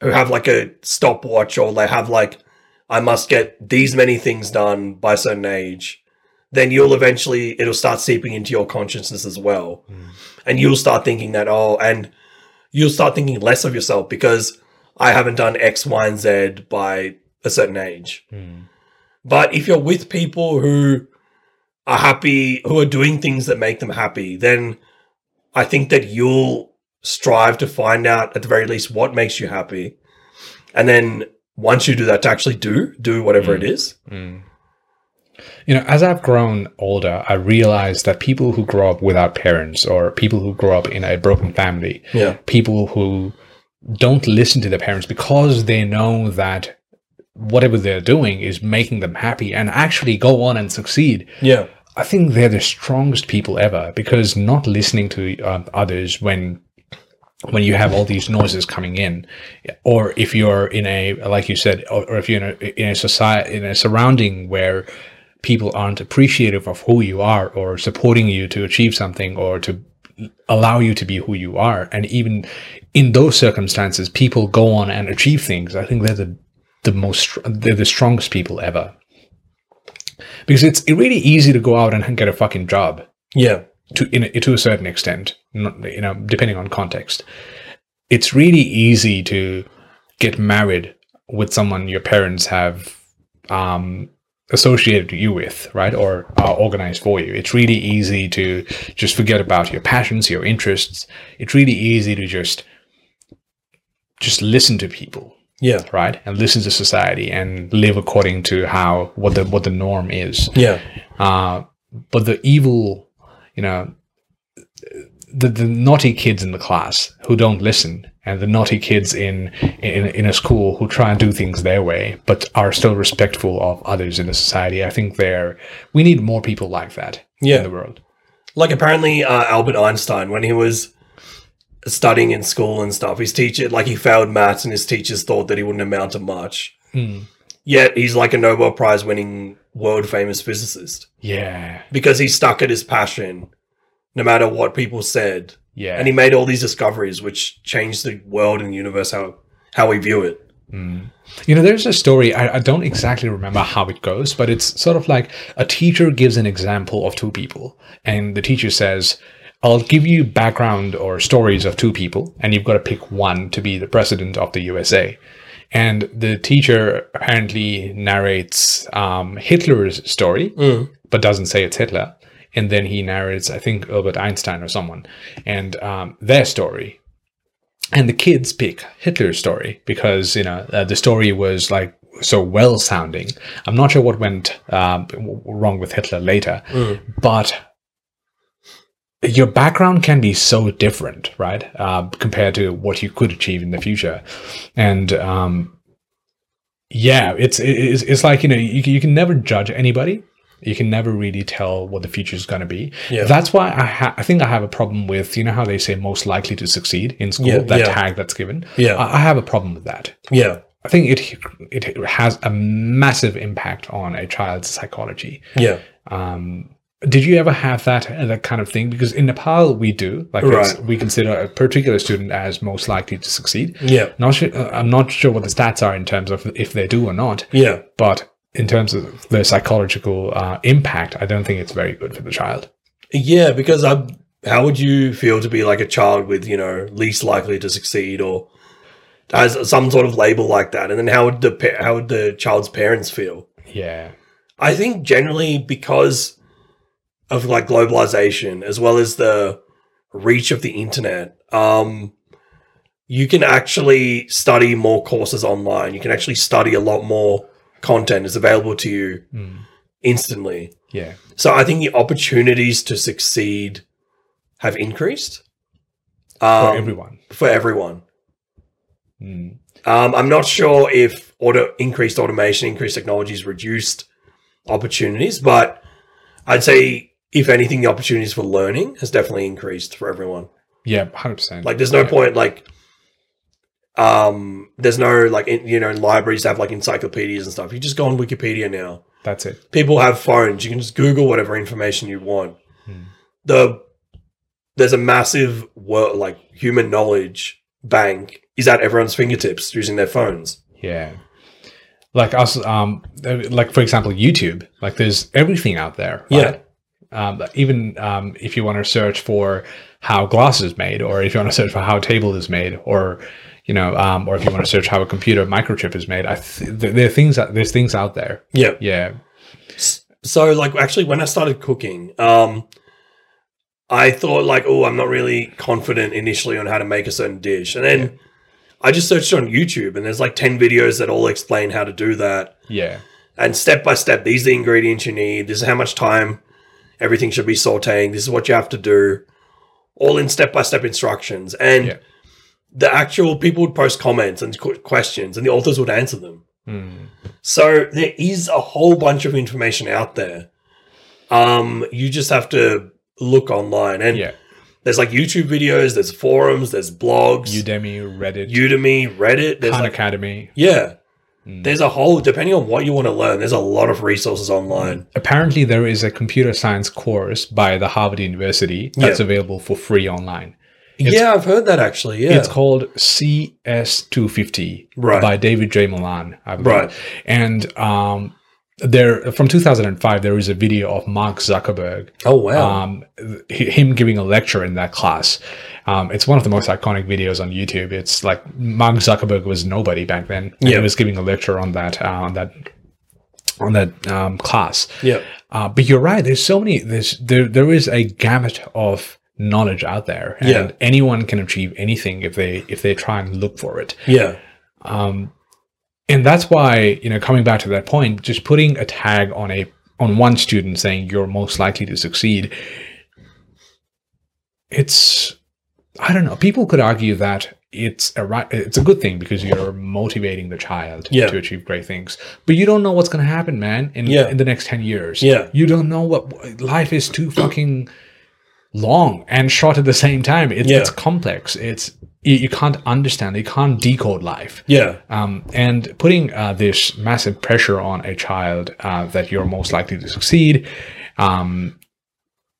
[SPEAKER 2] who have like a stopwatch or they have like, I must get these many things done by a certain age, then you'll eventually, it'll start seeping into your consciousness as well and you'll start thinking that oh and you'll start thinking less of yourself because I haven't done X, Y, and Z by a certain age. But if you're with people who are happy, who are doing things that make them happy, then I think that you'll strive to find out at the very least what makes you happy. And then once you do that, to actually do, do whatever it is.
[SPEAKER 1] You know, as I've grown older, I realized that people who grow up without parents or people who grow up in a broken family,
[SPEAKER 2] Yeah.
[SPEAKER 1] people who don't listen to their parents because they know that whatever they're doing is making them happy and actually go on and succeed.
[SPEAKER 2] Yeah.
[SPEAKER 1] I think they're the strongest people ever because not listening to um, others when when you have all these noises coming in, or if you're in a like you said, or, or if you're in a, in a society in a surrounding where people aren't appreciative of who you are or supporting you to achieve something or to allow you to be who you are, and even in those circumstances, people go on and achieve things. I think they're the the most they're the strongest people ever because it's really easy to go out and get a fucking job
[SPEAKER 2] Yeah.
[SPEAKER 1] to in a, to a certain extent, not, you know, depending on context. It's really easy to get married with someone your parents have um, associated you with, right, or are organized for you. It's really easy to just forget about your passions, your interests. It's really easy to just just listen to people
[SPEAKER 2] Yeah.
[SPEAKER 1] right and listen to society and live according to how what the what the norm is
[SPEAKER 2] Yeah.
[SPEAKER 1] uh, but the evil, you know, the, the naughty kids in the class who don't listen, and the naughty kids in, in in a school who try and do things their way, but are still respectful of others in the society. I think they're we need more people like that in
[SPEAKER 2] Yeah.
[SPEAKER 1] the world.
[SPEAKER 2] Like apparently uh, Albert Einstein, when he was studying in school and stuff, his teacher like he failed maths and his teachers thought that he wouldn't amount to much. Yet he's like a Nobel Prize winning world famous physicist.
[SPEAKER 1] Yeah,
[SPEAKER 2] Because he stuck at his passion, no matter what people said.
[SPEAKER 1] yeah,
[SPEAKER 2] And he made all these discoveries which changed the world and universe how how we view it.
[SPEAKER 1] You know, there's a story, I, I don't exactly remember how it goes, but it's sort of like a teacher gives an example of two people, and the teacher says, I'll give you background or stories of two people, and you've got to pick one to be the president of the USA. And the teacher apparently narrates um, Hitler's story, but doesn't say it's Hitler. And then he narrates, I think, Albert Einstein or someone, and um, their story and the kids pick Hitler's story because you know uh, the story was like so well sounding. I'm not sure what went um, w- wrong with Hitler later,
[SPEAKER 2] Mm.
[SPEAKER 1] but your background can be so different, right, uh, compared to what you could achieve in the future, and um, yeah, it's it- it's, it's like you know you, can- you can never judge anybody. You can never really tell what the future is going to be.
[SPEAKER 2] Yeah.
[SPEAKER 1] That's why I ha- I think I have a problem with you know how they say most likely to succeed in school
[SPEAKER 2] Yeah,
[SPEAKER 1] that
[SPEAKER 2] yeah.
[SPEAKER 1] tag that's given.
[SPEAKER 2] Yeah.
[SPEAKER 1] I, I have a problem with that.
[SPEAKER 2] Yeah.
[SPEAKER 1] I think it it has a massive impact on a child's psychology.
[SPEAKER 2] Yeah.
[SPEAKER 1] Um, did you ever have that uh, that kind of thing? Because in Nepal we do like it's-
[SPEAKER 2] Right.
[SPEAKER 1] we consider a particular student as most likely to succeed.
[SPEAKER 2] Yeah.
[SPEAKER 1] Not sure, uh, I'm not sure what the stats are in terms of if they do or not,
[SPEAKER 2] Yeah.
[SPEAKER 1] but in terms of the psychological uh, impact, I don't think it's very good for the child.
[SPEAKER 2] Yeah, because I how would you feel to be like a child with, you know, least likely to succeed or has some sort of label like that? And then how would the pa- how would the child's parents feel?
[SPEAKER 1] Yeah.
[SPEAKER 2] I think generally because of like globalization as well as the reach of the internet, um, you can actually study more courses online. You can actually study a lot more content is available to you
[SPEAKER 1] Mm.
[SPEAKER 2] instantly.
[SPEAKER 1] Yeah.
[SPEAKER 2] So I think the opportunities to succeed have increased
[SPEAKER 1] For
[SPEAKER 2] um,
[SPEAKER 1] everyone.
[SPEAKER 2] for everyone.
[SPEAKER 1] Mm.
[SPEAKER 2] Um, I'm not sure if auto increased automation, increased technologies reduced opportunities, but I'd say if anything, the opportunities for learning has definitely increased for everyone.
[SPEAKER 1] Yeah, 100%.
[SPEAKER 2] Like, there's no
[SPEAKER 1] Yeah.
[SPEAKER 2] point like. Um, there's no like in, you know libraries have like encyclopedias and stuff. You just go on Wikipedia now.
[SPEAKER 1] That's it.
[SPEAKER 2] people have phones. You can just Google whatever information you want.
[SPEAKER 1] Hmm.
[SPEAKER 2] The there's a massive world like human knowledge bank is at everyone's fingertips using their phones.
[SPEAKER 1] Yeah. Like us, um, like for example, YouTube. Like there's everything out there.
[SPEAKER 2] Yeah.
[SPEAKER 1] Um, even um, if you want to search for how glass is made, or if you want to search for how table is made, or you you know, um, or if you want to search how a computer microchip is made, I th- there there are things that there's things out there.
[SPEAKER 2] Yeah.
[SPEAKER 1] Yeah,
[SPEAKER 2] So like actually when I started cooking, um I thought like, oh, I'm not really confident initially on how to make a certain dish. And then I just searched on YouTube and there's like 10 videos that all explain how to do that.
[SPEAKER 1] yeah,
[SPEAKER 2] And step by step, these are the ingredients you need. This is how much time everything should be sauteing. This is what you have to do. All in step by step instructions. And
[SPEAKER 1] Yeah.
[SPEAKER 2] the actual people would post comments and qu- questions and the authors would answer them.
[SPEAKER 1] Hmm.
[SPEAKER 2] So there is a whole bunch of information out there. Um, you just have to look online, and
[SPEAKER 1] yeah.
[SPEAKER 2] there's like YouTube videos, there's forums, there's blogs,
[SPEAKER 1] Udemy, Reddit,
[SPEAKER 2] Udemy, Reddit. There's
[SPEAKER 1] Khan
[SPEAKER 2] like,
[SPEAKER 1] Academy.
[SPEAKER 2] yeah,
[SPEAKER 1] Mm.
[SPEAKER 2] there's a whole. Depending on what you want to learn, there's a lot of resources online.
[SPEAKER 1] Apparently, there is a computer science course by the Harvard University that's
[SPEAKER 2] Yeah.
[SPEAKER 1] available for free online. It's-
[SPEAKER 2] yeah, I've heard that actually. Yeah,
[SPEAKER 1] It's called CS250
[SPEAKER 2] Right.
[SPEAKER 1] by David J. Milan, I believe.
[SPEAKER 2] Right.
[SPEAKER 1] And um, there, from 2005, there is a video of Mark Zuckerberg,
[SPEAKER 2] oh wow,
[SPEAKER 1] um, h- him giving a lecture in that class. Um, it's one of the most iconic videos on YouTube. It's like Mark Zuckerberg was nobody back then. and
[SPEAKER 2] Yeah.
[SPEAKER 1] He was giving a lecture on that, uh, on that, on that um, class.
[SPEAKER 2] yeah,
[SPEAKER 1] Uh, but you're right. There's so many. There's there there is a gamut of knowledge out there, and
[SPEAKER 2] Yeah.
[SPEAKER 1] anyone can achieve anything if they if they try and look for it.
[SPEAKER 2] yeah,
[SPEAKER 1] Um, and that's why you know coming back to that point, just putting a tag on a on one student saying you're most likely to succeed. It's I don't know. People could argue that it's a right, it's a good thing because you're motivating the child
[SPEAKER 2] Yeah.
[SPEAKER 1] to achieve great things. But you don't know what's going to happen, man. In
[SPEAKER 2] Yeah.
[SPEAKER 1] in the next ten years,
[SPEAKER 2] Yeah.
[SPEAKER 1] you don't know what life is too fucking long and short at the same time. It's,
[SPEAKER 2] Yeah.
[SPEAKER 1] it's complex. It's you, you can't understand. You can't decode life.
[SPEAKER 2] yeah,
[SPEAKER 1] Um, and putting uh, this massive pressure on a child uh, that you're most likely to succeed, um,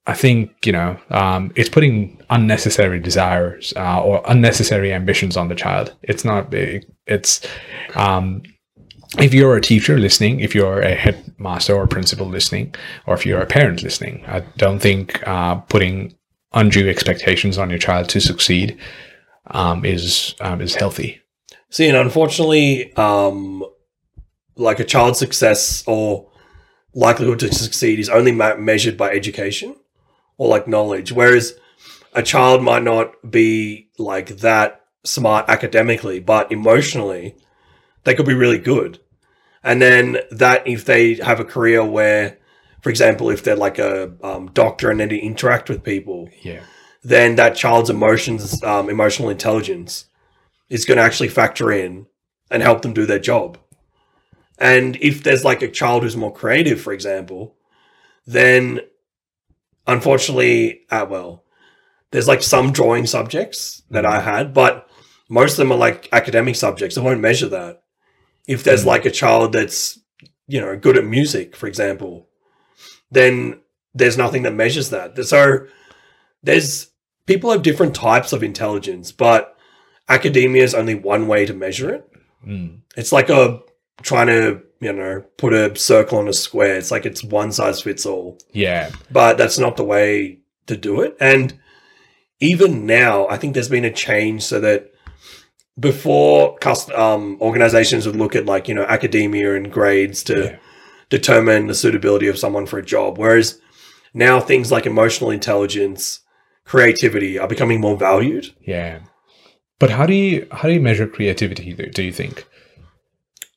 [SPEAKER 1] I think you know um, it's putting unnecessary desires uh, or unnecessary ambitions on the child. It's not. It, it's um, if you're a teacher listening, if you're a headmaster or principal listening, or if you're a parent listening, I don't think uh, putting undue expectations on your child to succeed um, is um, is healthy.
[SPEAKER 2] See, and unfortunately, um, like a child's success or likelihood to succeed is only ma- measured by education or like knowledge, whereas a child might not be like that smart academically, but emotionally, they could be really good. And then that, if they have a career where, for example, if they're like a um, doctor and then they interact with people,
[SPEAKER 1] Yeah.
[SPEAKER 2] then that child's emotions, um, emotional intelligence, is going to actually factor in and help them do their job. And if there's like a child who's more creative, for example, then unfortunately, ah, well, there's like some drawing subjects that I had, but most of them are like academic subjects. I won't measure that. If there's
[SPEAKER 1] Mm.
[SPEAKER 2] like a child that's, you know, good at music, for example, then there's nothing that measures that. So there's people have different types of intelligence, but academia is only one way to measure it.
[SPEAKER 1] Mm.
[SPEAKER 2] It's like a trying to, you know, put a circle on a square. It's like it's one size fits all,
[SPEAKER 1] Yeah.
[SPEAKER 2] but that's not the way to do it. And even now, I think there's been a change so that before cust- um, organizations would look at like, you know, academia and grades to
[SPEAKER 1] Yeah.
[SPEAKER 2] determine the suitability of someone for a job. Whereas now things like emotional intelligence, creativity are becoming more valued.
[SPEAKER 1] Yeah. But how do you how do you measure creativity? Do, do you think?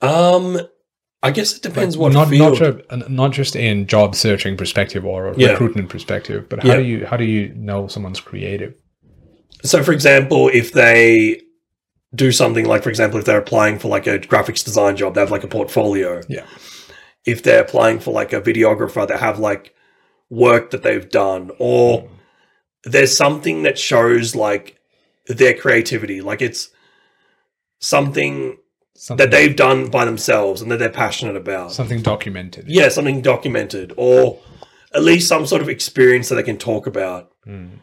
[SPEAKER 2] Um, I guess it depends what
[SPEAKER 1] not not,
[SPEAKER 2] field.
[SPEAKER 1] ju- not just in job searching perspective or a
[SPEAKER 2] Yeah.
[SPEAKER 1] recruitment perspective, but how
[SPEAKER 2] Yeah.
[SPEAKER 1] do you how do you know someone's creative?
[SPEAKER 2] So, for example, if they do something like, for example, if they're applying for like a graphics design job, they have like a portfolio.
[SPEAKER 1] Yeah.
[SPEAKER 2] If they're applying for like a videographer, they have like work that they've done,
[SPEAKER 1] Hmm.
[SPEAKER 2] or there's something that shows like their creativity. Like it's something
[SPEAKER 1] Something
[SPEAKER 2] that they've done by themselves and that they're passionate about.
[SPEAKER 1] something documented.
[SPEAKER 2] Yeah, something documented, or at least some sort of experience that they can talk about.
[SPEAKER 1] Mm.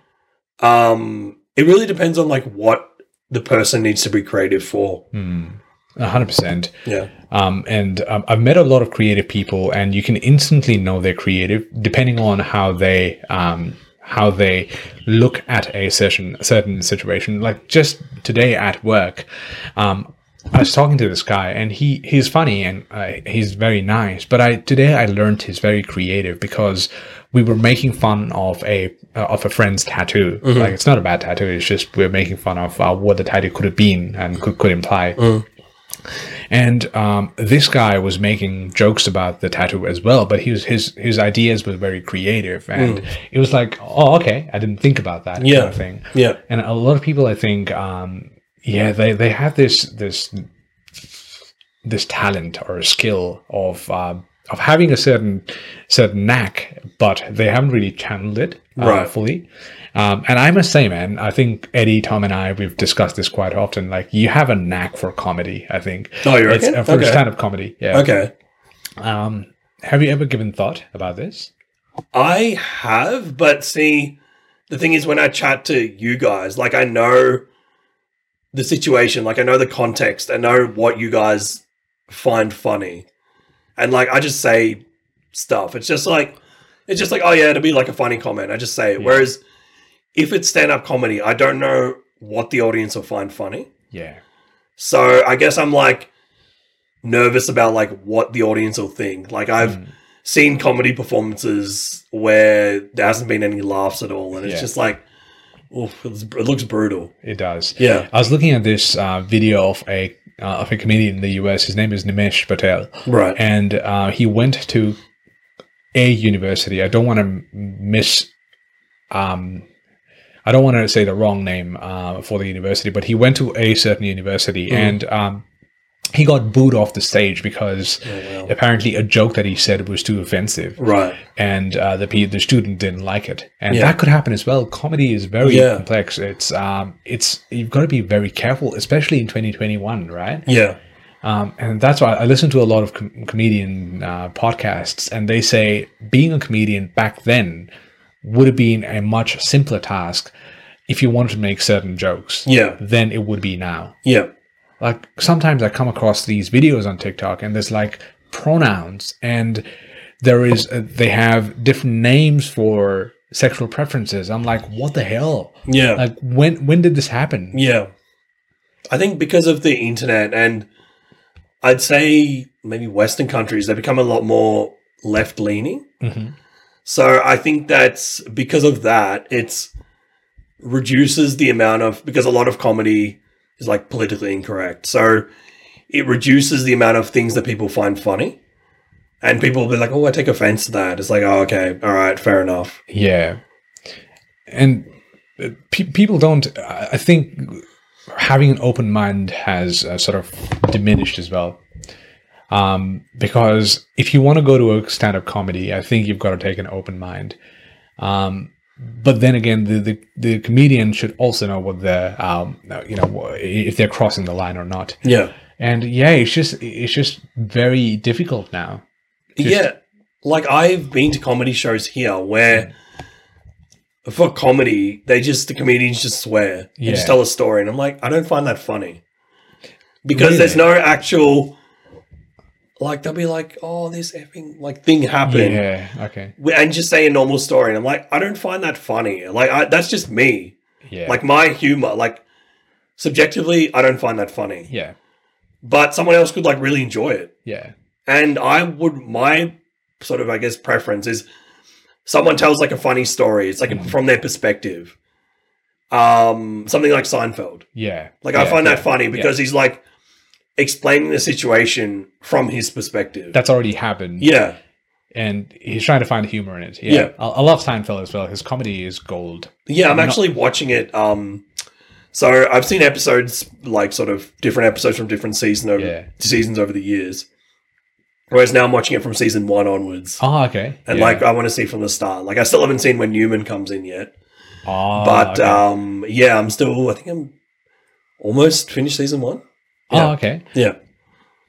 [SPEAKER 2] um it really depends on like what the person needs to be creative for
[SPEAKER 1] Mm. A hundred percent.
[SPEAKER 2] yeah
[SPEAKER 1] Um, and um, I've met a lot of creative people, and you can instantly know they're creative depending on how they um, how they look at a certain certain situation. Like just today at work, um, I was talking to this guy, and he he's funny and uh, he's very nice. But I today I learned he's very creative because we were making fun of a uh, of a friend's tattoo. Like it's not a bad tattoo. It's just we're making fun of uh, what the tattoo could have been and could could imply. And um, this guy was making jokes about the tattoo as well, but he was, his his ideas were very creative, and it was like, oh, okay, I didn't think about that kind
[SPEAKER 2] Yeah.
[SPEAKER 1] of thing.
[SPEAKER 2] Yeah.
[SPEAKER 1] And a lot of people, I think, um, yeah, they they have this this this talent or skill of um, of having a certain certain knack, but they haven't really channeled it uh,
[SPEAKER 2] Right.
[SPEAKER 1] fully. Um, and I must say, man, I think Eddie, Tom, and I we've discussed this quite often. Like, you have a knack for comedy. I think.
[SPEAKER 2] Oh, you
[SPEAKER 1] It's
[SPEAKER 2] reckon?
[SPEAKER 1] uh, for
[SPEAKER 2] Okay.
[SPEAKER 1] stand-up comedy. Yeah.
[SPEAKER 2] Okay.
[SPEAKER 1] Um, have you ever given thought about this?
[SPEAKER 2] I have, but see, the thing is, when I chat to you guys, like I know the situation, like I know the context, I know what you guys find funny, and like I just say stuff. It's just like it's just like oh yeah, it'll be like a funny comment. I just say it.
[SPEAKER 1] Yeah.
[SPEAKER 2] Whereas if it's stand up comedy, I don't know what the audience will find funny.
[SPEAKER 1] Yeah.
[SPEAKER 2] So I guess I'm like nervous about like what the audience will think. Like I've
[SPEAKER 1] Mm.
[SPEAKER 2] seen comedy performances where there hasn't been any laughs at all, and it's
[SPEAKER 1] Yeah.
[SPEAKER 2] just like, oof, it looks- it looks brutal.
[SPEAKER 1] It does.
[SPEAKER 2] Yeah,
[SPEAKER 1] I was looking at this uh, video of a uh, of a comedian in the US. His name is Nimesh Patel,
[SPEAKER 2] right.
[SPEAKER 1] and uh, he went to a university. I don't want to miss. Um, I don't want to say the wrong name uh, for the university, but he went to a certain university,
[SPEAKER 2] Mm.
[SPEAKER 1] and um, he got booed off the stage because
[SPEAKER 2] Oh, wow.
[SPEAKER 1] apparently a joke that he said was too offensive
[SPEAKER 2] Right.
[SPEAKER 1] and uh, the pe- the student didn't like it, and
[SPEAKER 2] Yeah.
[SPEAKER 1] that could happen as well. Comedy is very
[SPEAKER 2] Yeah.
[SPEAKER 1] complex. It's um, it's you've got to be very careful, especially in 2021, right?
[SPEAKER 2] Yeah.
[SPEAKER 1] Um, and that's why I listen to a lot of com- comedian uh, podcasts, and they say being a comedian back then would have been a much simpler task if you wanted to make certain jokes
[SPEAKER 2] Yeah.
[SPEAKER 1] than it would be now
[SPEAKER 2] Yeah.
[SPEAKER 1] like sometimes I come across these videos on TikTok and there's like pronouns and there is uh, they have different names for sexual preferences. I'm like, what the hell?
[SPEAKER 2] Yeah.
[SPEAKER 1] Like when when did this happen?
[SPEAKER 2] yeah. I think because of the internet, and I'd say maybe Western countries, they become a lot more left leaning.
[SPEAKER 1] Mhm.
[SPEAKER 2] So I think that's because of that, it's reduces the amount of because a lot of comedy is like politically incorrect. So it reduces the amount of things that people find funny. And people will be like, oh, I take offense to that. It's like, oh, okay, all right, fair enough.
[SPEAKER 1] Yeah, and uh, pe- people don't. I I think having an open mind has uh, sort of diminished as well. Um, because if you want to go to a stand-up comedy, I think you've got to take an open mind. Um, but then again, the, the, the comedian should also know what they're, um, you know, if they're crossing the line or not.
[SPEAKER 2] Yeah.
[SPEAKER 1] And yeah, it's just it's just very difficult now. Just-
[SPEAKER 2] yeah. Like I've been to comedy shows here where for comedy, they just the comedians just swear and
[SPEAKER 1] Yeah.
[SPEAKER 2] just tell a story. And I'm like, I don't find that funny. Because there's
[SPEAKER 1] Really?
[SPEAKER 2] no actual like they'll be like, oh, this effing like thing happened.
[SPEAKER 1] Yeah. Okay.
[SPEAKER 2] We- And just say a normal story, and I'm like, I don't find that funny. Like, I, that's just me.
[SPEAKER 1] Yeah.
[SPEAKER 2] Like my humor, like subjectively, I don't find that funny.
[SPEAKER 1] yeah.
[SPEAKER 2] But someone else could like really enjoy it.
[SPEAKER 1] Yeah.
[SPEAKER 2] And I would my sort of I guess preference is someone tells like a funny story. It's like
[SPEAKER 1] Mhm.
[SPEAKER 2] from their perspective. Um something like Seinfeld.
[SPEAKER 1] Yeah.
[SPEAKER 2] Like I
[SPEAKER 1] Yeah,
[SPEAKER 2] find
[SPEAKER 1] yeah.
[SPEAKER 2] that funny because he's like explaining the situation from his perspective.
[SPEAKER 1] that's already happened.
[SPEAKER 2] yeah.
[SPEAKER 1] and he's trying to find humor in it. Yeah,
[SPEAKER 2] Yeah.
[SPEAKER 1] I, I love Seinfeld as well. His comedy is gold.
[SPEAKER 2] Yeah, I'm
[SPEAKER 1] Not-
[SPEAKER 2] actually watching it. Um so I've seen episodes like sort of different episodes from different season over
[SPEAKER 1] Yeah.
[SPEAKER 2] seasons over the years. Whereas now I'm watching it from season one onwards.
[SPEAKER 1] Oh, okay.
[SPEAKER 2] And
[SPEAKER 1] Yeah.
[SPEAKER 2] like I want to see from the start. Like I still haven't seen when Newman comes in yet.
[SPEAKER 1] oh,
[SPEAKER 2] but
[SPEAKER 1] okay.
[SPEAKER 2] um, yeah, I'm still. I think I'm almost finished season one.
[SPEAKER 1] oh, okay.
[SPEAKER 2] Yeah,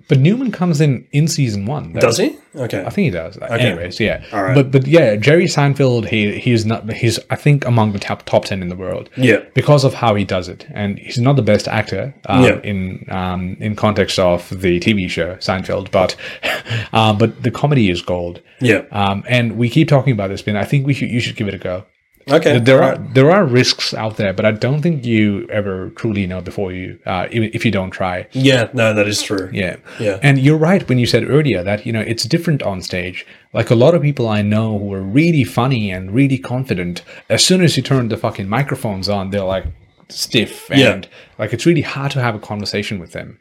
[SPEAKER 1] But Newman comes in in season one. though.
[SPEAKER 2] does he? Okay,
[SPEAKER 1] I think he does. Anyways, yeah.
[SPEAKER 2] all right.
[SPEAKER 1] But but yeah, Jerry Seinfeld. He he's not. He's I think among the top top ten in the world.
[SPEAKER 2] yeah,
[SPEAKER 1] because of how he does it, and he's not the best actor um,
[SPEAKER 2] Yeah.
[SPEAKER 1] in um, in context of the TV show Seinfeld, but uh, but the comedy is gold.
[SPEAKER 2] yeah,
[SPEAKER 1] Um, and we keep talking about this, Ben. I think we should you should give it a go.
[SPEAKER 2] Okay.
[SPEAKER 1] there are
[SPEAKER 2] Alright.
[SPEAKER 1] there are risks out there, but I don't think you ever truly know before you uh, if if you don't try.
[SPEAKER 2] Yeah, no, that is true.
[SPEAKER 1] Yeah.
[SPEAKER 2] Yeah.
[SPEAKER 1] And you're right when you said earlier that, you know, it's different on stage. Like a lot of people I know who are really funny and really confident, as soon as you turn the fucking microphones on, they're like stiff and
[SPEAKER 2] Yeah.
[SPEAKER 1] like it's really hard to have a conversation with them.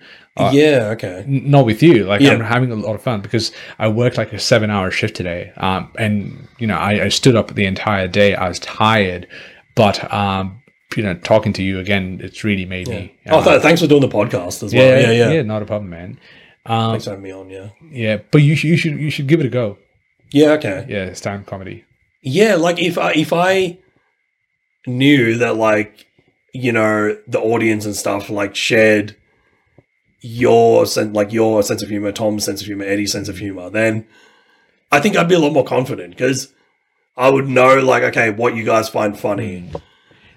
[SPEAKER 2] yeah, okay.
[SPEAKER 1] N- Not with you. Like
[SPEAKER 2] Yeah.
[SPEAKER 1] I'm having a lot of fun because I worked like a seven hour shift today. Um, and you know, I, I stood up the entire day. I was tired, but, um, you know, talking to you again, it's really made me. um,
[SPEAKER 2] Oh, th- thanks for doing the podcast as well. Yeah, yeah.
[SPEAKER 1] uh, yeah, not a problem, man.
[SPEAKER 2] Thanks for having me on, yeah.
[SPEAKER 1] Yeah, but you should you should you should give it a go.
[SPEAKER 2] Yeah, okay.
[SPEAKER 1] Yeah, it's time comedy.
[SPEAKER 2] Yeah, like if I if I knew that like you know the audience and stuff like shared your sen- like your sense of humor, Tom's sense of humor, Eddie's sense of humor, then I think I'd be a lot more confident because I would know like okay what you guys find funny,
[SPEAKER 1] Mm.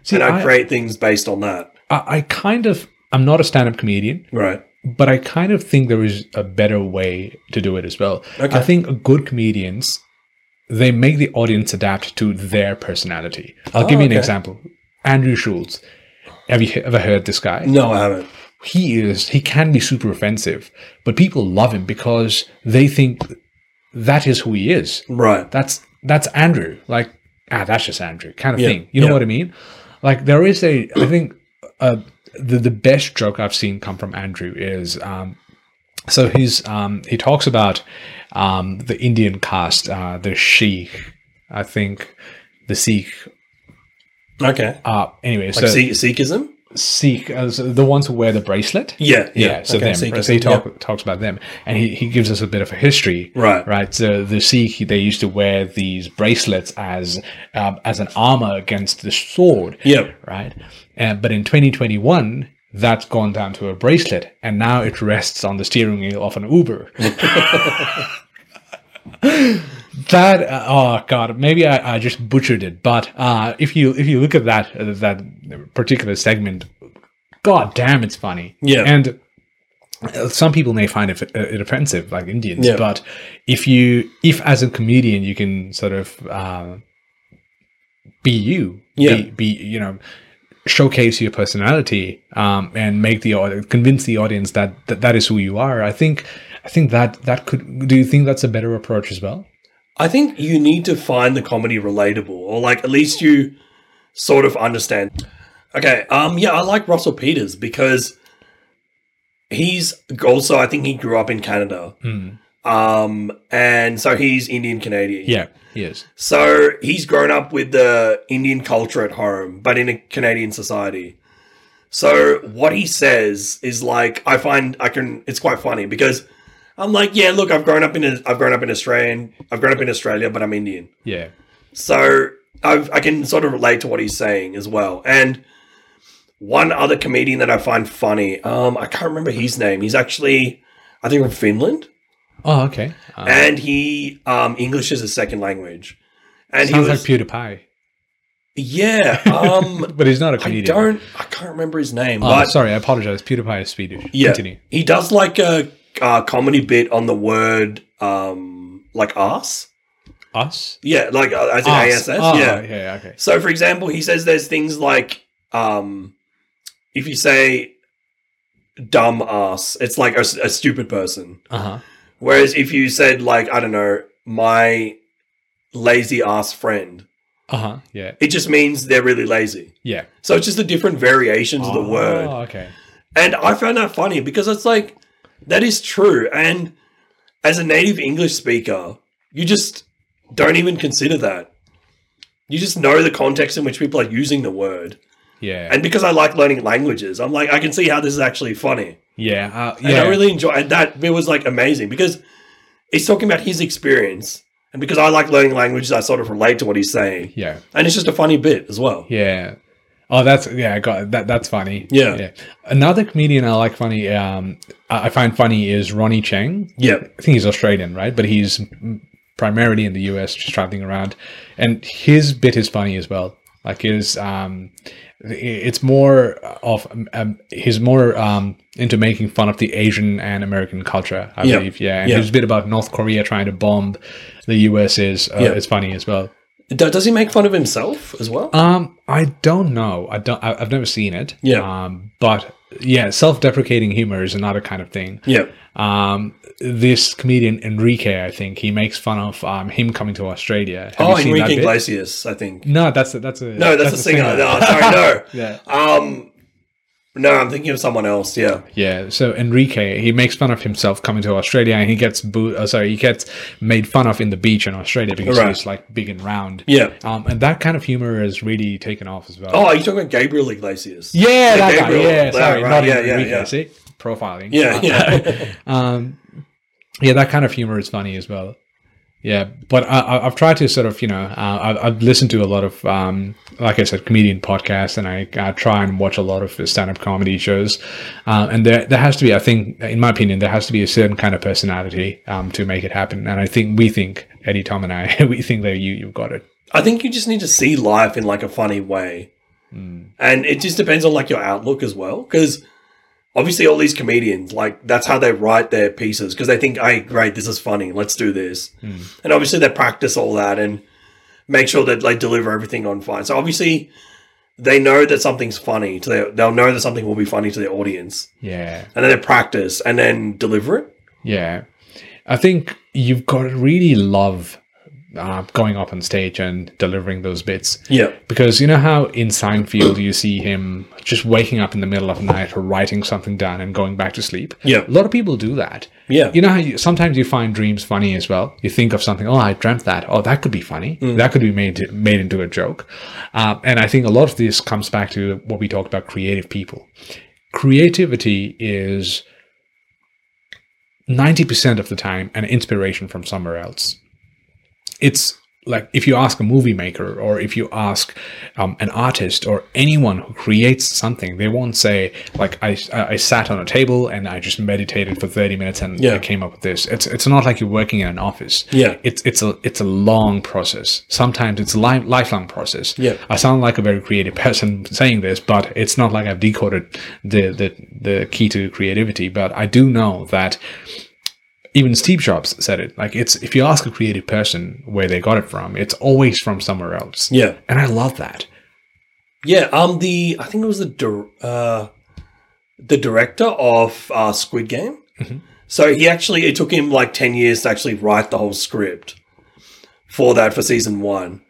[SPEAKER 1] See,
[SPEAKER 2] and I,
[SPEAKER 1] I, I,
[SPEAKER 2] create things based on that.
[SPEAKER 1] I kind of I'm not a stand-up comedian,
[SPEAKER 2] Right.
[SPEAKER 1] but I kind of think there is a better way to do it as well.
[SPEAKER 2] Okay.
[SPEAKER 1] I think good comedians they make the audience adapt to their personality. I'll
[SPEAKER 2] Oh,
[SPEAKER 1] give you an
[SPEAKER 2] okay.
[SPEAKER 1] example. Andrew Schulz. Have you he- ever heard this guy?
[SPEAKER 2] No, I haven't.
[SPEAKER 1] he is he can be super offensive, but people love him because they think that is who he is.
[SPEAKER 2] Right.
[SPEAKER 1] that's that's Andrew. Like, ah, that's just Andrew, kind of
[SPEAKER 2] Yeah,
[SPEAKER 1] thing. You know
[SPEAKER 2] yeah.
[SPEAKER 1] what I mean? Like, there is a, I think, uh, the the best joke I've seen come from Andrew is, um, so he's um, he talks about um, the Indian caste, uh, the Sheikh, I think, the Sikh.
[SPEAKER 2] Okay.
[SPEAKER 1] Uh, anyway,
[SPEAKER 2] Like
[SPEAKER 1] so
[SPEAKER 2] Se- Sikhism.
[SPEAKER 1] Sikh, uh, so the ones who wear the bracelet.
[SPEAKER 2] Yeah.
[SPEAKER 1] Yeah, so them.
[SPEAKER 2] okay, Sikhism,
[SPEAKER 1] so he talk,
[SPEAKER 2] yeah.
[SPEAKER 1] talks about them, and he, he gives us a bit of a history,
[SPEAKER 2] Right.
[SPEAKER 1] Right. So the Sikh they used to wear these bracelets as um, as an armor against the sword,
[SPEAKER 2] Yeah.
[SPEAKER 1] right? Uh, but in 2021, that's gone down to a bracelet, and now it rests on the steering wheel of an Uber. that uh, oh god, maybe I, I just butchered it, but uh, if you if you look at that uh, that particular segment, god damn, it's funny.
[SPEAKER 2] Yeah.
[SPEAKER 1] and uh, some people may find it, it offensive, like Indians,
[SPEAKER 2] Yeah.
[SPEAKER 1] but if you if as a comedian you can sort of uh, be you,
[SPEAKER 2] Yeah.
[SPEAKER 1] be, be you know showcase your personality um, and make the audi- convince the audience that, that that is who you are. I think I think that that could. Do you think that's a better approach as well?
[SPEAKER 2] I think you need to find the comedy relatable, or like at least you sort of understand. Okay, um, yeah, I like Russell Peters because he's also I think he grew up in Canada,
[SPEAKER 1] Hmm.
[SPEAKER 2] um, and so he's Indian Canadian.
[SPEAKER 1] Yeah. Yes.
[SPEAKER 2] So he's grown up with the Indian culture at home, but in a Canadian society. So what he says is like I find I can it's quite funny because I'm like, yeah, look, I've grown up in a, I've grown up in Australian, I've grown up in Australia, but I'm Indian.
[SPEAKER 1] Yeah.
[SPEAKER 2] So I've, I can sort of relate to what he's saying as well. And one other comedian that I find funny, um, I can't remember his name. He's actually, I think, from Finland,
[SPEAKER 1] Oh, okay. Uh,
[SPEAKER 2] and he um, English is his second language. And he
[SPEAKER 1] sounds
[SPEAKER 2] was,
[SPEAKER 1] like PewDiePie,
[SPEAKER 2] yeah. Um,
[SPEAKER 1] but he's not a
[SPEAKER 2] I
[SPEAKER 1] comedian.
[SPEAKER 2] don't, I can't remember his name,
[SPEAKER 1] Oh,
[SPEAKER 2] but
[SPEAKER 1] sorry, I apologize. PewDiePie is Swedish.
[SPEAKER 2] Yeah.
[SPEAKER 1] Continue.
[SPEAKER 2] he does like a, uh comedy bit on the word um, like ass.
[SPEAKER 1] Us.
[SPEAKER 2] Yeah, like uh, as in
[SPEAKER 1] Us.
[SPEAKER 2] ass.
[SPEAKER 1] Oh,
[SPEAKER 2] yeah,
[SPEAKER 1] Yeah. yeah, Okay.
[SPEAKER 2] So, for example, he says there's things like um, if you say dumb ass, it's like a, s- a stupid person.
[SPEAKER 1] Uh huh.
[SPEAKER 2] Whereas if you said, like, I don't know, my lazy ass friend,
[SPEAKER 1] Uh huh. Yeah.
[SPEAKER 2] it just means they're really lazy.
[SPEAKER 1] Yeah.
[SPEAKER 2] So it's just the different variations of the word.
[SPEAKER 1] Oh, okay.
[SPEAKER 2] And I found that funny because it's like, that is true. And as a native English speaker, you just don't even consider that. You just know the context in which people are using the word.
[SPEAKER 1] Yeah.
[SPEAKER 2] And because I like learning languages, I'm like, I can see how this is actually funny.
[SPEAKER 1] yeah. Uh,
[SPEAKER 2] And I
[SPEAKER 1] yeah.
[SPEAKER 2] really enjoy and that bit was like amazing because he's talking about his experience. And because I like learning languages, I sort of relate to what he's saying.
[SPEAKER 1] yeah.
[SPEAKER 2] And it's just a funny bit as well.
[SPEAKER 1] Yeah. Oh, that's yeah. I Got that. That's funny.
[SPEAKER 2] Yeah.
[SPEAKER 1] yeah. Another comedian I like funny. Um, I I find funny is Ronnie Cheng.
[SPEAKER 2] Yeah.
[SPEAKER 1] I think he's Australian, right? But he's mm, primarily in the US, just traveling around. And his bit is funny as well. Like his, um, i- it's more of um, he's more um, into making fun of the Asian and American culture, I
[SPEAKER 2] Yeah.
[SPEAKER 1] believe. Yeah, and
[SPEAKER 2] Yeah.
[SPEAKER 1] his bit about North Korea trying to bomb the US is uh,
[SPEAKER 2] Yeah.
[SPEAKER 1] is funny as well.
[SPEAKER 2] Do- Does he make fun of himself as well?
[SPEAKER 1] Um, I don't know. I don't. I, I've never seen it.
[SPEAKER 2] Yeah.
[SPEAKER 1] Um, but yeah, self-deprecating humor is another kind of thing.
[SPEAKER 2] yeah.
[SPEAKER 1] Um, this comedian Enrique, I think, he makes fun of um him coming to Australia. Have
[SPEAKER 2] oh,
[SPEAKER 1] you seen that
[SPEAKER 2] Enrique
[SPEAKER 1] bit?
[SPEAKER 2] Iglesias, I think.
[SPEAKER 1] No, that's a, that's a
[SPEAKER 2] No, that's, a singer. No, sorry, no.
[SPEAKER 1] yeah.
[SPEAKER 2] Um, no, I'm thinking of someone else. Yeah.
[SPEAKER 1] Yeah, so Enrique, he makes fun of himself coming to Australia, and he gets boo- oh, sorry, he gets made fun of in the beach in Australia because
[SPEAKER 2] Right.
[SPEAKER 1] he's like big and round.
[SPEAKER 2] Yeah.
[SPEAKER 1] Um, and that kind of humor has really taken off as well.
[SPEAKER 2] Oh, are you talking about Gabriel Iglesias?
[SPEAKER 1] yeah,
[SPEAKER 2] like
[SPEAKER 1] that guy.
[SPEAKER 2] Gabriel.
[SPEAKER 1] Yeah,
[SPEAKER 2] Yeah,
[SPEAKER 1] sorry,
[SPEAKER 2] right,
[SPEAKER 1] not
[SPEAKER 2] yeah, yeah,
[SPEAKER 1] Enrique.
[SPEAKER 2] yeah.
[SPEAKER 1] See, profiling.
[SPEAKER 2] Yeah, yeah.
[SPEAKER 1] Um, yeah, that kind of humor is funny as well. Yeah, but I, I- I've tried to sort of, you know, uh, I've, I've listened to a lot of, um, like I said, comedian podcasts, and I, I try and watch a lot of stand-up comedy shows. Um, and there, there has to be, I think, in my opinion, there has to be a certain kind of personality um, to make it happen. And I think we think Eddie, Tom, and I, we think that you, you've got it.
[SPEAKER 2] I think you just need to see life in like a funny way.
[SPEAKER 1] Mm.
[SPEAKER 2] And it just depends on like your outlook as well. Because obviously, all these comedians, like, that's how they write their pieces because they think, hey, great, this is funny. Let's do this.
[SPEAKER 1] Mm.
[SPEAKER 2] And obviously, they practice all that and make sure that they deliver everything on fine. So obviously, they know that something's funny. To their, they'll know that something will be funny to their audience.
[SPEAKER 1] Yeah,
[SPEAKER 2] And then they practice and then deliver it.
[SPEAKER 1] yeah. I think you've got to really love uh, going up on stage and delivering those bits.
[SPEAKER 2] Yeah.
[SPEAKER 1] Because you know how in Seinfeld you see him just waking up in the middle of the night or writing something down and going back to sleep? A
[SPEAKER 2] Yeah.
[SPEAKER 1] lot of people do that.
[SPEAKER 2] Yeah.
[SPEAKER 1] You know how you, sometimes you find dreams funny as well? You think of something, oh, I dreamt that. Oh, that could be funny. That could be made, made into a joke. Um, and I think a lot of this comes back to what we talked about creative people. Creativity is 90% of the time an inspiration from somewhere else it's like if you ask a movie maker or if you ask um, an artist or anyone who creates something they won't say like I, I sat on a table and i just meditated for 30 minutes and
[SPEAKER 2] Yeah.
[SPEAKER 1] i came up with this it's it's not like you're working in an office
[SPEAKER 2] Yeah.
[SPEAKER 1] it's it's a it's a long process sometimes it's a li- lifelong process
[SPEAKER 2] Yeah.
[SPEAKER 1] i sound like a very creative person saying this but it's not like i've decoded the the, the key to creativity but i do know that even Steve Jobs said it. Like it's if you ask a creative person where they got it from, it's always from somewhere else.
[SPEAKER 2] Yeah.
[SPEAKER 1] And I love that.
[SPEAKER 2] Yeah, um, the I think it was the dir- uh, the director of uh, Squid Game. So he actually it took him like ten years to actually write the whole script for that for season one,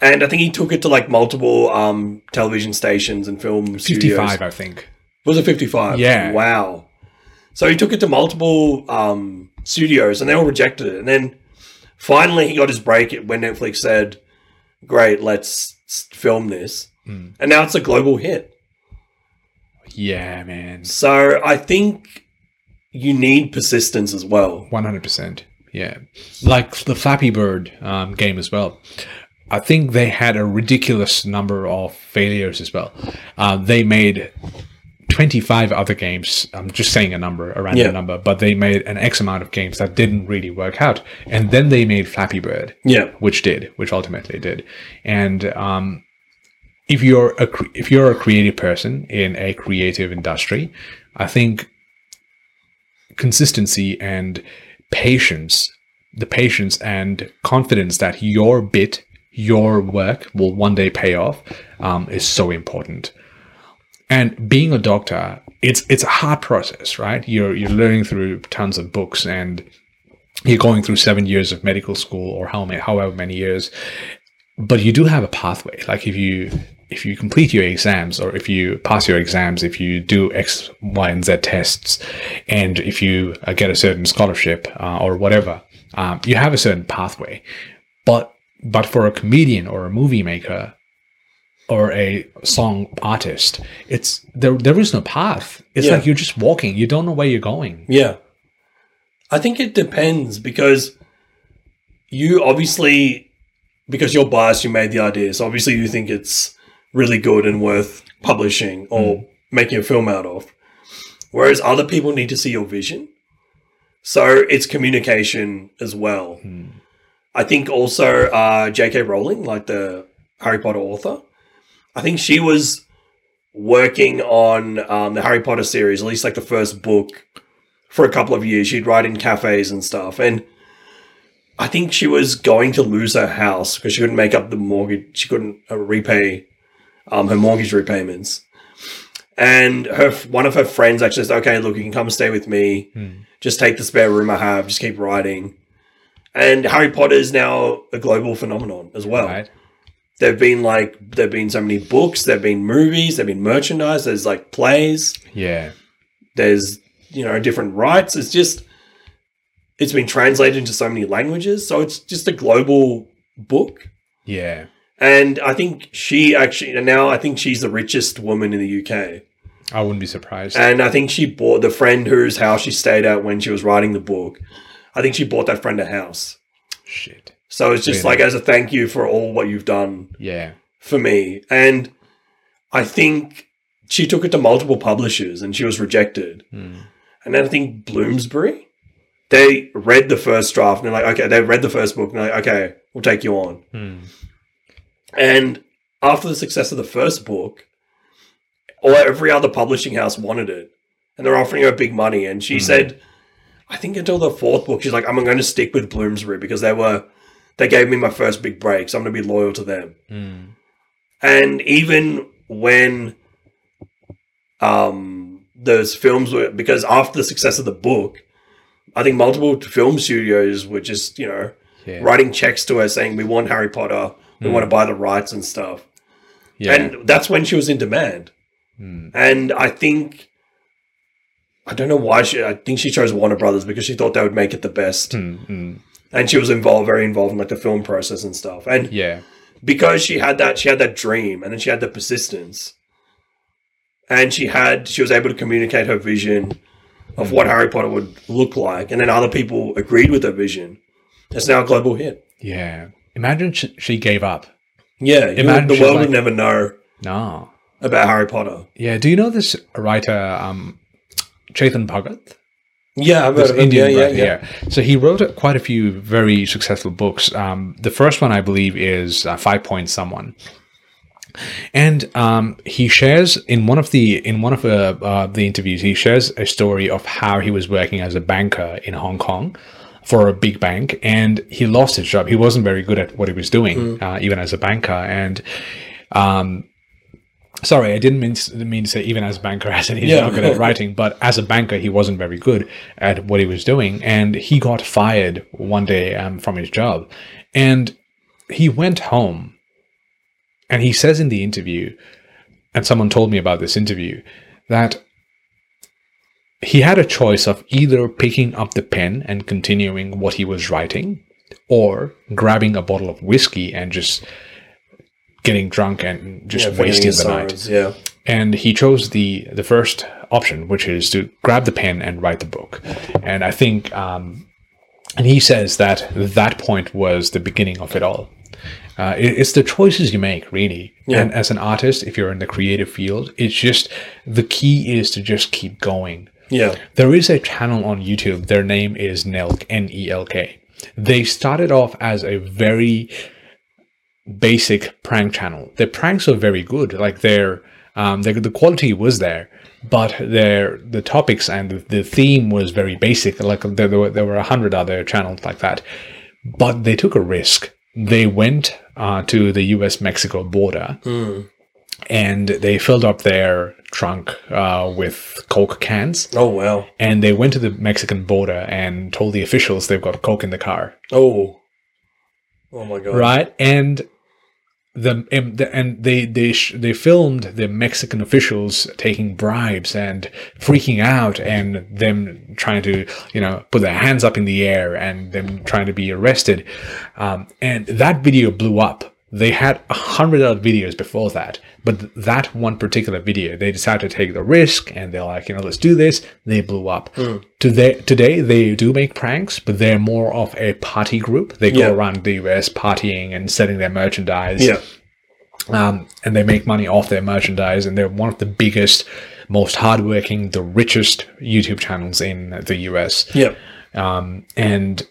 [SPEAKER 2] and I think he took it to like multiple um, television stations and film studios.
[SPEAKER 1] Fifty-five, I think.
[SPEAKER 2] Was it 55?
[SPEAKER 1] Yeah.
[SPEAKER 2] Wow. So he took it to multiple um, studios and they all rejected it. And then finally he got his break when Netflix said, great, let's s- film this.
[SPEAKER 1] Mm.
[SPEAKER 2] And now it's a global hit.
[SPEAKER 1] Yeah, man.
[SPEAKER 2] So I think you need persistence as well.
[SPEAKER 1] One hundred percent. Yeah, like the Flappy Bird um, game as well. I think they had a ridiculous number of failures as well. Uh, they made twenty-five other games. I'm just saying a number, a random
[SPEAKER 2] Yeah.
[SPEAKER 1] number, but they made an X amount of games that didn't really work out, and then they made Flappy Bird.
[SPEAKER 2] Yeah.
[SPEAKER 1] which did, which ultimately did. And um, if you're a cre- if you're a creative person in a creative industry, I think consistency and patience, the patience and confidence that your bit, your work will one day pay off, um, is so important. And being a doctor, it's it's a hard process, right? You're you're learning through tons of books and you're going through seven years of medical school or how many, however many years, but you do have a pathway. Like if you if you complete your exams or if you pass your exams, if you do X, Y, and Z tests, and if you uh, get a certain scholarship uh, or whatever, um, you have a certain pathway. But but for a comedian or a movie maker, or a song artist, it's there. There is no path. It's
[SPEAKER 2] Yeah.
[SPEAKER 1] like you're just walking. You don't know where you're going.
[SPEAKER 2] Yeah. I think it depends because you obviously, because you're biased, you made the idea. So obviously, you think it's really good and worth publishing or making a film out of. Whereas other people need to see your vision. So it's communication as well.
[SPEAKER 1] Hmm.
[SPEAKER 2] I think also uh, J.K. Rowling, like the Harry Potter author, I think she was working on um, the Harry Potter series, at least like the first book, for a couple of years. She'd write in cafes and stuff, and I think she was going to lose her house because she couldn't make up the mortgage. She couldn't uh, repay um, her mortgage repayments. And her one of her friends actually said, "Okay, look, you can come stay with me.
[SPEAKER 1] Hmm.
[SPEAKER 2] Just take the spare room I have. Just keep writing." And Harry Potter is now a global phenomenon as well.
[SPEAKER 1] Right?
[SPEAKER 2] There've been like there've been so many books, there've been movies, there've been merchandise, there's like plays
[SPEAKER 1] Yeah.
[SPEAKER 2] there's you know different rights it's just it's been translated into so many languages so it's just a global book
[SPEAKER 1] Yeah.
[SPEAKER 2] and i think she actually and now i think she's the richest woman in the uk
[SPEAKER 1] I wouldn't be surprised.
[SPEAKER 2] and i think she bought the friend whose house she stayed at when she was writing the book i think she bought that friend a house
[SPEAKER 1] Shit.
[SPEAKER 2] so it's just
[SPEAKER 1] Really?
[SPEAKER 2] like as a thank you for all what you've done
[SPEAKER 1] Yeah.
[SPEAKER 2] for me and i think she took it to multiple publishers and she was rejected
[SPEAKER 1] Hmm.
[SPEAKER 2] and then I think Bloomsbury, they read the first draft and they're like, okay, they read the first book and they're like, okay, we'll take you on.
[SPEAKER 1] Hmm.
[SPEAKER 2] And after the success of the first book, all every other publishing house wanted it, and they're offering her big money. And she
[SPEAKER 1] Hmm.
[SPEAKER 2] said, I think until the fourth book, she's like, I'm going to stick with Bloomsbury because they were, they gave me my first big break, so I'm going to be loyal to them.
[SPEAKER 1] Hmm.
[SPEAKER 2] And even when um, those films were, because after the success of the book, I think multiple film studios were just, you know,
[SPEAKER 1] Yeah.
[SPEAKER 2] writing checks to her saying, we want Harry Potter, we
[SPEAKER 1] Hmm.
[SPEAKER 2] want to buy the rights and stuff.
[SPEAKER 1] Yeah.
[SPEAKER 2] And that's when she was in demand.
[SPEAKER 1] Hmm.
[SPEAKER 2] And I think, I don't know why she, I think she chose Warner Brothers because she thought they would make it the best.
[SPEAKER 1] Hmm. Hmm.
[SPEAKER 2] And she was involved, very involved in like the film process and stuff. And
[SPEAKER 1] Yeah.
[SPEAKER 2] because she had that she had that dream and then she had the persistence and she had she was able to communicate her vision of what harry potter would look like and then other people agreed with her vision it's now a global hit
[SPEAKER 1] Yeah. Imagine she, she gave up.
[SPEAKER 2] yeah you-
[SPEAKER 1] Imagine
[SPEAKER 2] the
[SPEAKER 1] she's
[SPEAKER 2] world
[SPEAKER 1] like-
[SPEAKER 2] would never know
[SPEAKER 1] No.
[SPEAKER 2] about harry potter
[SPEAKER 1] Yeah. Do you know this writer, um, Chetan Bhagat?
[SPEAKER 2] yeah i've heard
[SPEAKER 1] this
[SPEAKER 2] of it.
[SPEAKER 1] Indian
[SPEAKER 2] yeah, yeah,
[SPEAKER 1] writer,
[SPEAKER 2] yeah.
[SPEAKER 1] yeah. So he wrote a- quite a few very successful books. Um, the first one, I believe, is uh, Five Point Someone, and um, he shares in one of the in one of the uh, the interviews, he shares a story of how he was working as a banker in Hong Kong for a big bank, and he lost his job. He wasn't very good at what he was doing,
[SPEAKER 2] Hmm.
[SPEAKER 1] uh, even as a banker, and. Um, Sorry, I didn't mean to, mean to say even as a banker, as in he's
[SPEAKER 2] Yeah.
[SPEAKER 1] not good at writing, but as a banker, he wasn't very good at what he was doing. And he got fired one day um, from his job. And he went home and he says in the interview, and someone told me about this interview, that he had a choice of either picking up the pen and continuing what he was writing or grabbing a bottle of whiskey and just getting drunk and just
[SPEAKER 2] Yeah, forgetting
[SPEAKER 1] wasting
[SPEAKER 2] his
[SPEAKER 1] the night
[SPEAKER 2] sorrows, yeah
[SPEAKER 1] and he chose the the first option, which is to grab the pen and write the book. And I think, um, and he says that that point was the beginning of it all. Uh, it- it's the choices you make, really.
[SPEAKER 2] Yeah.
[SPEAKER 1] And as an artist, if you're in the creative field, it's just the key is to just keep going.
[SPEAKER 2] yeah
[SPEAKER 1] There is a channel on YouTube. Their name is Nelk, N E L K. They started off as a very basic prank channel. Their pranks are very good. Like their, um, their the quality was there, but their the topics and the, the theme was very basic. Like there, there were there were a hundred other channels like that, but they took a risk. They went uh, to the U.S. Mexico border and they filled up their trunk uh, with coke cans
[SPEAKER 2] oh wow
[SPEAKER 1] and they went to the Mexican border and told the officials they've got coke in the car,
[SPEAKER 2] oh oh my god
[SPEAKER 1] right? And the and the- and they they sh- they filmed the Mexican officials taking bribes and freaking out and them trying to you know put their hands up in the air and them trying to be arrested, um, and that video blew up. They had a hundred other videos before that, but that one particular video, they decided to take the risk, and they're like, you know, let's do this. They blew up.
[SPEAKER 2] Hmm.
[SPEAKER 1] Today, today they do make pranks, but they're more of a party group. They go
[SPEAKER 2] Yeah.
[SPEAKER 1] around the US partying and selling their merchandise
[SPEAKER 2] yeah
[SPEAKER 1] um, and they make money off their merchandise, and they're one of the biggest, most hardworking, the richest YouTube channels in the US.
[SPEAKER 2] yeah
[SPEAKER 1] Um, and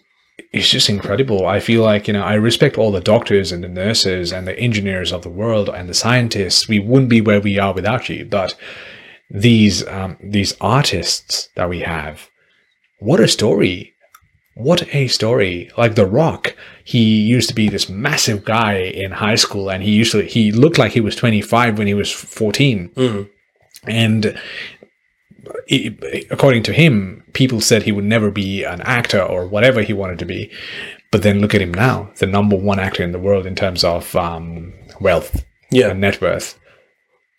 [SPEAKER 1] it's just incredible. I feel like, you know, I respect all the doctors and the nurses and the engineers of the world and the scientists. We wouldn't be where we are without you. But these um, these artists that we have, what a story. what a story like the rock he used to be this massive guy in high school and he used to he looked like he was 25 when he was 14
[SPEAKER 2] Mm.
[SPEAKER 1] and it, according to him people said he would never be an actor or whatever he wanted to be but then look at him now the number one actor in the world in terms of um, wealth
[SPEAKER 2] Yeah.
[SPEAKER 1] and net worth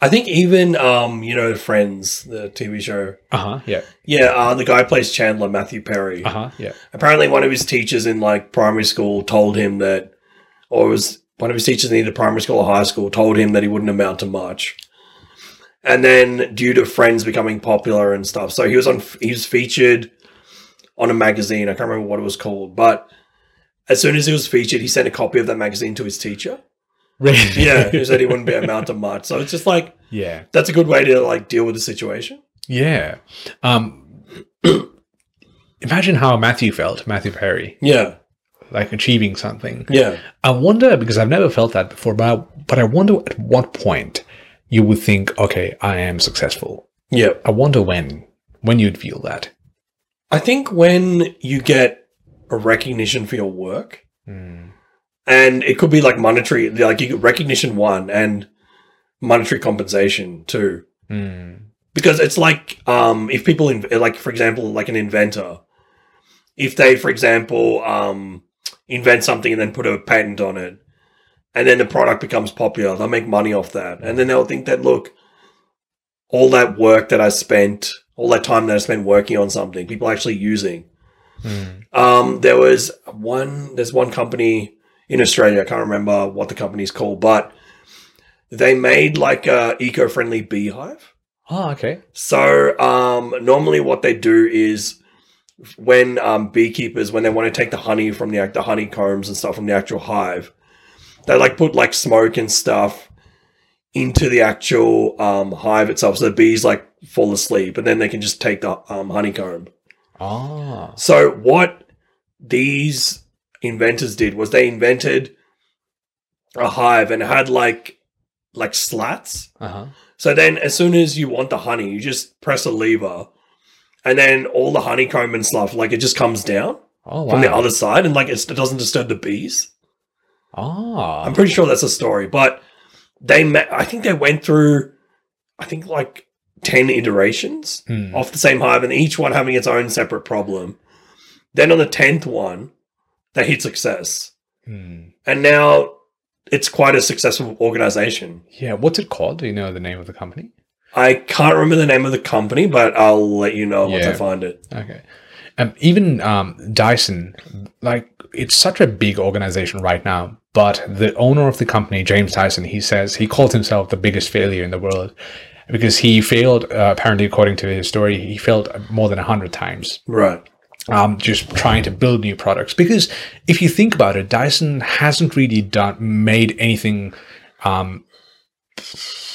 [SPEAKER 2] I think even um, you know, Friends, the TV show.
[SPEAKER 1] uh-huh yeah
[SPEAKER 2] Yeah, uh, the guy plays Chandler, Matthew Perry.
[SPEAKER 1] uh-huh yeah
[SPEAKER 2] Apparently, one of his teachers in like primary school told him that, or it was one of his teachers in either primary school or high school told him that he wouldn't amount to much. And then, due to Friends becoming popular and stuff, so he was on. He was featured on a magazine. I can't remember what it was called, but as soon as he was featured, he sent a copy of that magazine to his teacher. Yeah, who said he wouldn't be amount to much. So it's just like
[SPEAKER 1] yeah
[SPEAKER 2] that's a good way to like deal with the situation.
[SPEAKER 1] yeah um imagine how matthew felt matthew perry
[SPEAKER 2] Yeah,
[SPEAKER 1] like achieving something
[SPEAKER 2] yeah.
[SPEAKER 1] I wonder because I've never felt that before, but I, but I wonder at what point you would think, okay, I am successful.
[SPEAKER 2] Yeah.
[SPEAKER 1] I wonder when when you'd feel that.
[SPEAKER 2] I think when you get a recognition for your work, and it could be like monetary, like you get recognition one and monetary compensation two,
[SPEAKER 1] Hmm.
[SPEAKER 2] because it's like um, if people, in, like for example, like an inventor, if they, for example, um, invent something and then put a patent on it, and then the product becomes popular, they'll make money off that, and then they'll think that look, all that work that I spent, all that time that I spent working on something, people actually using.
[SPEAKER 1] Hmm.
[SPEAKER 2] Um, there was one. There's one company in Australia. I can't remember what the company's called, but they made like a eco-friendly beehive.
[SPEAKER 1] Oh, okay.
[SPEAKER 2] So um, normally, what they do is when um, beekeepers, when they want to take the honey from the act- the honeycombs and stuff from the actual hive, they like put like smoke and stuff into the actual um, hive itself, so the bees like fall asleep, and then they can just take the um, honeycomb.
[SPEAKER 1] Ah.
[SPEAKER 2] So what these inventors did was they invented a hive and it had like like slats.
[SPEAKER 1] Uh-huh.
[SPEAKER 2] So then as soon as you want the honey, you just press a lever and then all the honeycomb and stuff like it just comes down
[SPEAKER 1] Oh
[SPEAKER 2] from the
[SPEAKER 1] wow.
[SPEAKER 2] other side and like it's, it doesn't disturb the bees.
[SPEAKER 1] Ah.
[SPEAKER 2] I'm pretty sure that's a story, but they met, I think they went through I think like 10 iterations
[SPEAKER 1] Hmm.
[SPEAKER 2] off the same hive and each one having its own separate problem. Then on the 10th one, they hit success.
[SPEAKER 1] Hmm.
[SPEAKER 2] And now it's quite a successful organization.
[SPEAKER 1] Yeah. What's it called? Do you know the name of the company?
[SPEAKER 2] I can't remember the name of the company, but I'll let you know once I
[SPEAKER 1] Yeah.
[SPEAKER 2] find it.
[SPEAKER 1] Okay. Um, even um, Dyson, like it's such a big organization right now. But the owner of the company, James Dyson, he says he calls himself the biggest failure in the world because he failed. Uh, apparently, according to his story, he failed more than hundred times
[SPEAKER 2] Right.
[SPEAKER 1] um, just trying to build new products. Because if you think about it, Dyson hasn't really done made anything. Um,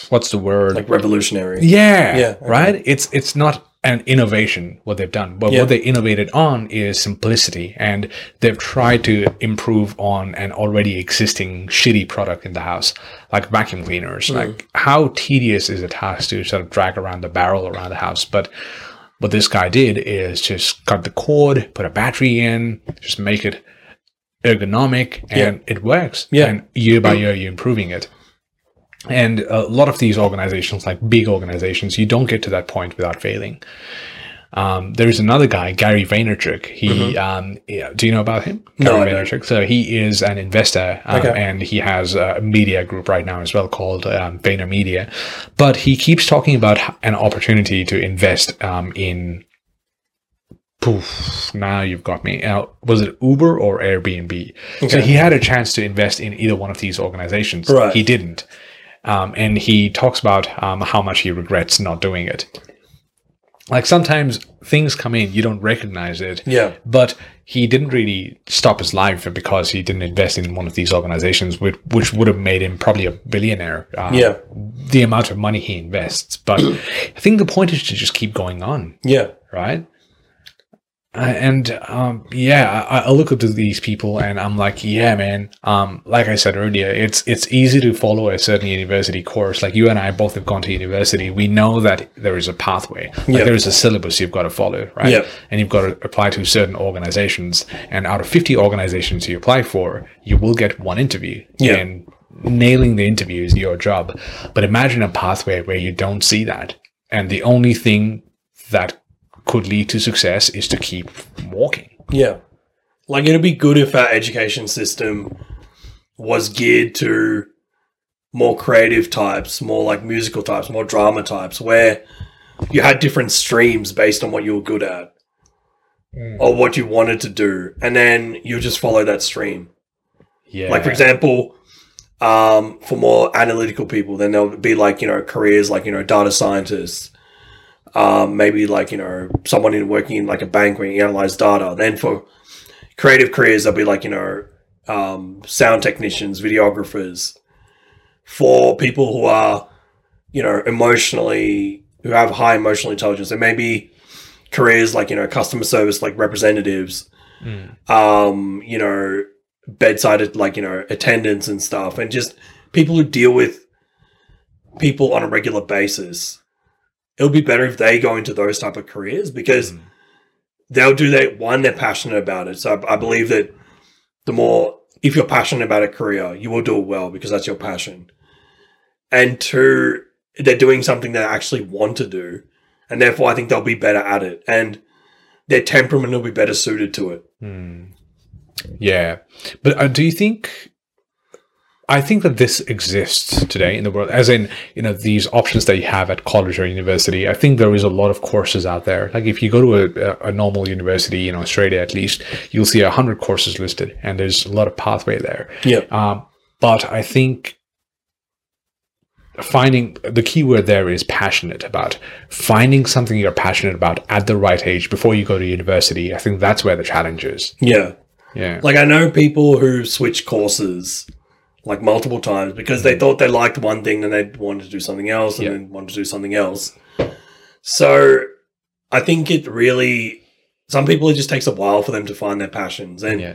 [SPEAKER 1] what's the word?
[SPEAKER 2] Like revolutionary.
[SPEAKER 1] Yeah.
[SPEAKER 2] Yeah, okay.
[SPEAKER 1] Right? It's it's not an innovation what they've done, but
[SPEAKER 2] Yeah.
[SPEAKER 1] what they innovated on is simplicity and they've tried to improve on an already existing shitty product in the house, like vacuum cleaners.
[SPEAKER 2] Hmm.
[SPEAKER 1] Like how tedious is a task to sort of drag around the barrel around the house, but what this guy did is just cut the cord, put a battery in, just make it ergonomic and it works.
[SPEAKER 2] Yeah.
[SPEAKER 1] And year by year, you're improving it. And a lot of these organizations, like big organizations, you don't get to that point without failing. Um, there is another guy, Gary Vaynerchuk. He, um, yeah, do you know about him?
[SPEAKER 2] Mm-hmm. No,
[SPEAKER 1] Gary
[SPEAKER 2] I don't.
[SPEAKER 1] Vaynerchuk. So he is an investor, um,
[SPEAKER 2] Okay.
[SPEAKER 1] and he has a media group right now as well called um, VaynerMedia. But he keeps talking about h- an opportunity to invest um, in. Poof! Now you've got me. Uh, was it Uber or Airbnb? So
[SPEAKER 2] Okay.
[SPEAKER 1] he had a chance to invest in either one of these organizations.
[SPEAKER 2] Right.
[SPEAKER 1] He didn't. Um, and he talks about um, how much he regrets not doing it. Like sometimes things come in, you don't recognize it.
[SPEAKER 2] Yeah.
[SPEAKER 1] But he didn't really stop his life because he didn't invest in one of these organizations, which, which would have made him probably a billionaire. Um,
[SPEAKER 2] Yeah.
[SPEAKER 1] The amount of money he invests. But I think the point is to just keep going on,
[SPEAKER 2] Yeah.
[SPEAKER 1] right? I- and um, yeah, I, I look up to these people, and I'm like, yeah, man. Um, like I said earlier, it's it's easy to follow a certain university course. Like you and I both have gone to university. We know that there is a pathway. Like
[SPEAKER 2] Yep.
[SPEAKER 1] there is a syllabus you've got to follow, right?
[SPEAKER 2] Yep.
[SPEAKER 1] And you've got to apply to certain organizations. And out of 50 organizations you apply for, you will get one interview.
[SPEAKER 2] Yeah.
[SPEAKER 1] And nailing the interview is your job. But imagine a pathway where you don't see that, and the only thing that could lead to success is to keep walking.
[SPEAKER 2] Yeah. Like it'd be good if our education system was geared to more creative types, more like musical types, more drama types, where you had different streams based on what you were good at or what you wanted to do. And then you just follow that stream.
[SPEAKER 1] Yeah.
[SPEAKER 2] Like, for example, um, for more analytical people, then there'll be like, you know, careers like, you know, data scientists, um, maybe like, you know, someone in working in like a bank where you analyze data. Then for creative careers, there'll be like, you know, um, sound technicians, videographers, for people who are, you know, emotionally, who have high emotional intelligence. There may be careers like, you know, customer service, like representatives,
[SPEAKER 1] Mm.
[SPEAKER 2] um, you know, bedside like you know attendants and stuff, and just people who deal with people on a regular basis. It'll be better if they go into those type of careers because
[SPEAKER 1] Mm.
[SPEAKER 2] they'll do that. One, they're passionate about it, so I, I believe that the more if you're passionate about a career, you will do it well because that's your passion. And two, they're doing something they actually want to do, and therefore I think they'll be better at it, and their temperament will be better suited to it.
[SPEAKER 1] Hmm. Yeah. But uh, do you think? I think that this exists today in the world, as in, you know, these options that you have at college or university. I think there is a lot of courses out there. Like if you go to a, a- a normal university in Australia, at least, you'll see a hundred courses listed, and there's a lot of pathway there.
[SPEAKER 2] Yeah.
[SPEAKER 1] Um, but I think finding the key word there is passionate about finding something you're passionate about at the right age before you go to university. I think that's where the challenge is.
[SPEAKER 2] Yeah.
[SPEAKER 1] Yeah.
[SPEAKER 2] Like I know people who switch courses like multiple times because they thought they liked one thing and they wanted to do something else and
[SPEAKER 1] Mm-hmm. Yeah.
[SPEAKER 2] then wanted to do something else. So I think it really some people it just takes a while for them to find their passions. And
[SPEAKER 1] yeah.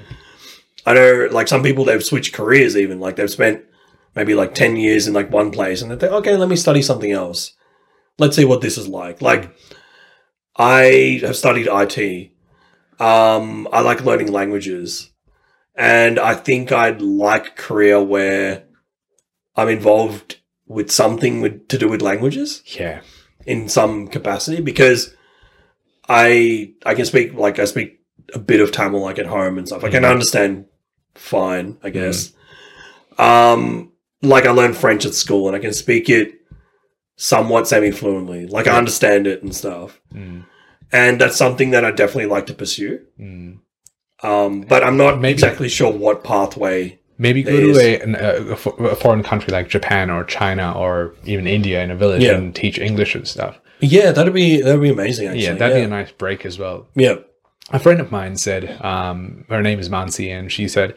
[SPEAKER 2] I know like some people they've switched careers even like they've spent maybe like 10 years in like one place and they think okay let me study something else let's see what this is like like I have studied IT um I like learning languages and I think I'd like a career where I'm involved with something with, to do with languages
[SPEAKER 1] Yeah.
[SPEAKER 2] in some capacity because I I can speak like I speak a bit of Tamil like at home and stuff. I can
[SPEAKER 1] Mhm.
[SPEAKER 2] understand fine, I guess. Um, like I learned French at school and I can speak it somewhat semi fluently. Like I understand it and stuff.
[SPEAKER 1] Mm.
[SPEAKER 2] And that's something that I definitely like to pursue.
[SPEAKER 1] Mm.
[SPEAKER 2] Um, but I'm not
[SPEAKER 1] Maybe-
[SPEAKER 2] exactly sure what pathway.
[SPEAKER 1] Maybe go
[SPEAKER 2] There
[SPEAKER 1] to
[SPEAKER 2] is.
[SPEAKER 1] a, an, a, a fo- a foreign country like Japan or China or even India in a village
[SPEAKER 2] Yeah.
[SPEAKER 1] and teach English and stuff.
[SPEAKER 2] Yeah, that'd be that'd be amazing. Actually,
[SPEAKER 1] yeah, that'd be a nice break as well.
[SPEAKER 2] yeah.
[SPEAKER 1] a friend of mine said um, her name is Mansi, and she said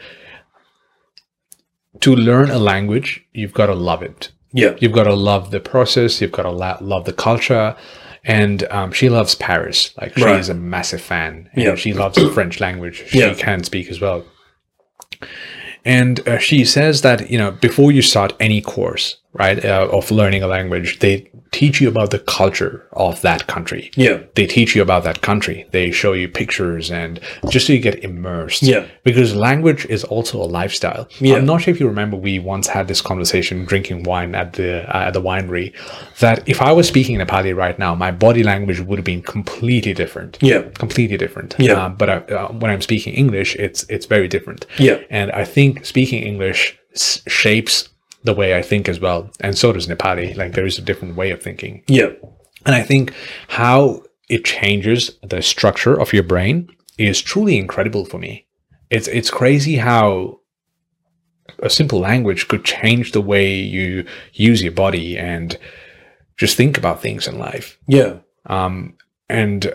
[SPEAKER 1] to learn a language you've got to love it
[SPEAKER 2] yeah,
[SPEAKER 1] you've got to love the process you've got to la- love the culture and um, she loves paris like she
[SPEAKER 2] Right.
[SPEAKER 1] is a massive fan and
[SPEAKER 2] Yeah.
[SPEAKER 1] she loves the french language she
[SPEAKER 2] Yeah.
[SPEAKER 1] can speak as well and uh, she says that you know before you start any course right uh, of learning a language they teach you about the culture of that country
[SPEAKER 2] yeah,
[SPEAKER 1] they teach you about that country. They show you pictures and just so you get immersed.
[SPEAKER 2] Yeah.
[SPEAKER 1] Because language is also a lifestyle.
[SPEAKER 2] Yeah.
[SPEAKER 1] I'm not sure if you remember we once had this conversation drinking wine at the uh, at the winery that if I was speaking Nepali right now, my body language would have been completely different.
[SPEAKER 2] yeah,
[SPEAKER 1] Completely different.
[SPEAKER 2] Yeah.
[SPEAKER 1] Um, but I, uh, when I'm speaking English, it's it's very different.
[SPEAKER 2] Yeah.
[SPEAKER 1] And I think speaking English s- shapes the way I think as well, and so does Nepali. Like there is a different way of thinking.
[SPEAKER 2] yeah,
[SPEAKER 1] And I think how it changes the structure of your brain is truly incredible for me. It's it's crazy how a simple language could change the way you use your body and just think about things in life.
[SPEAKER 2] yeah,
[SPEAKER 1] Um, and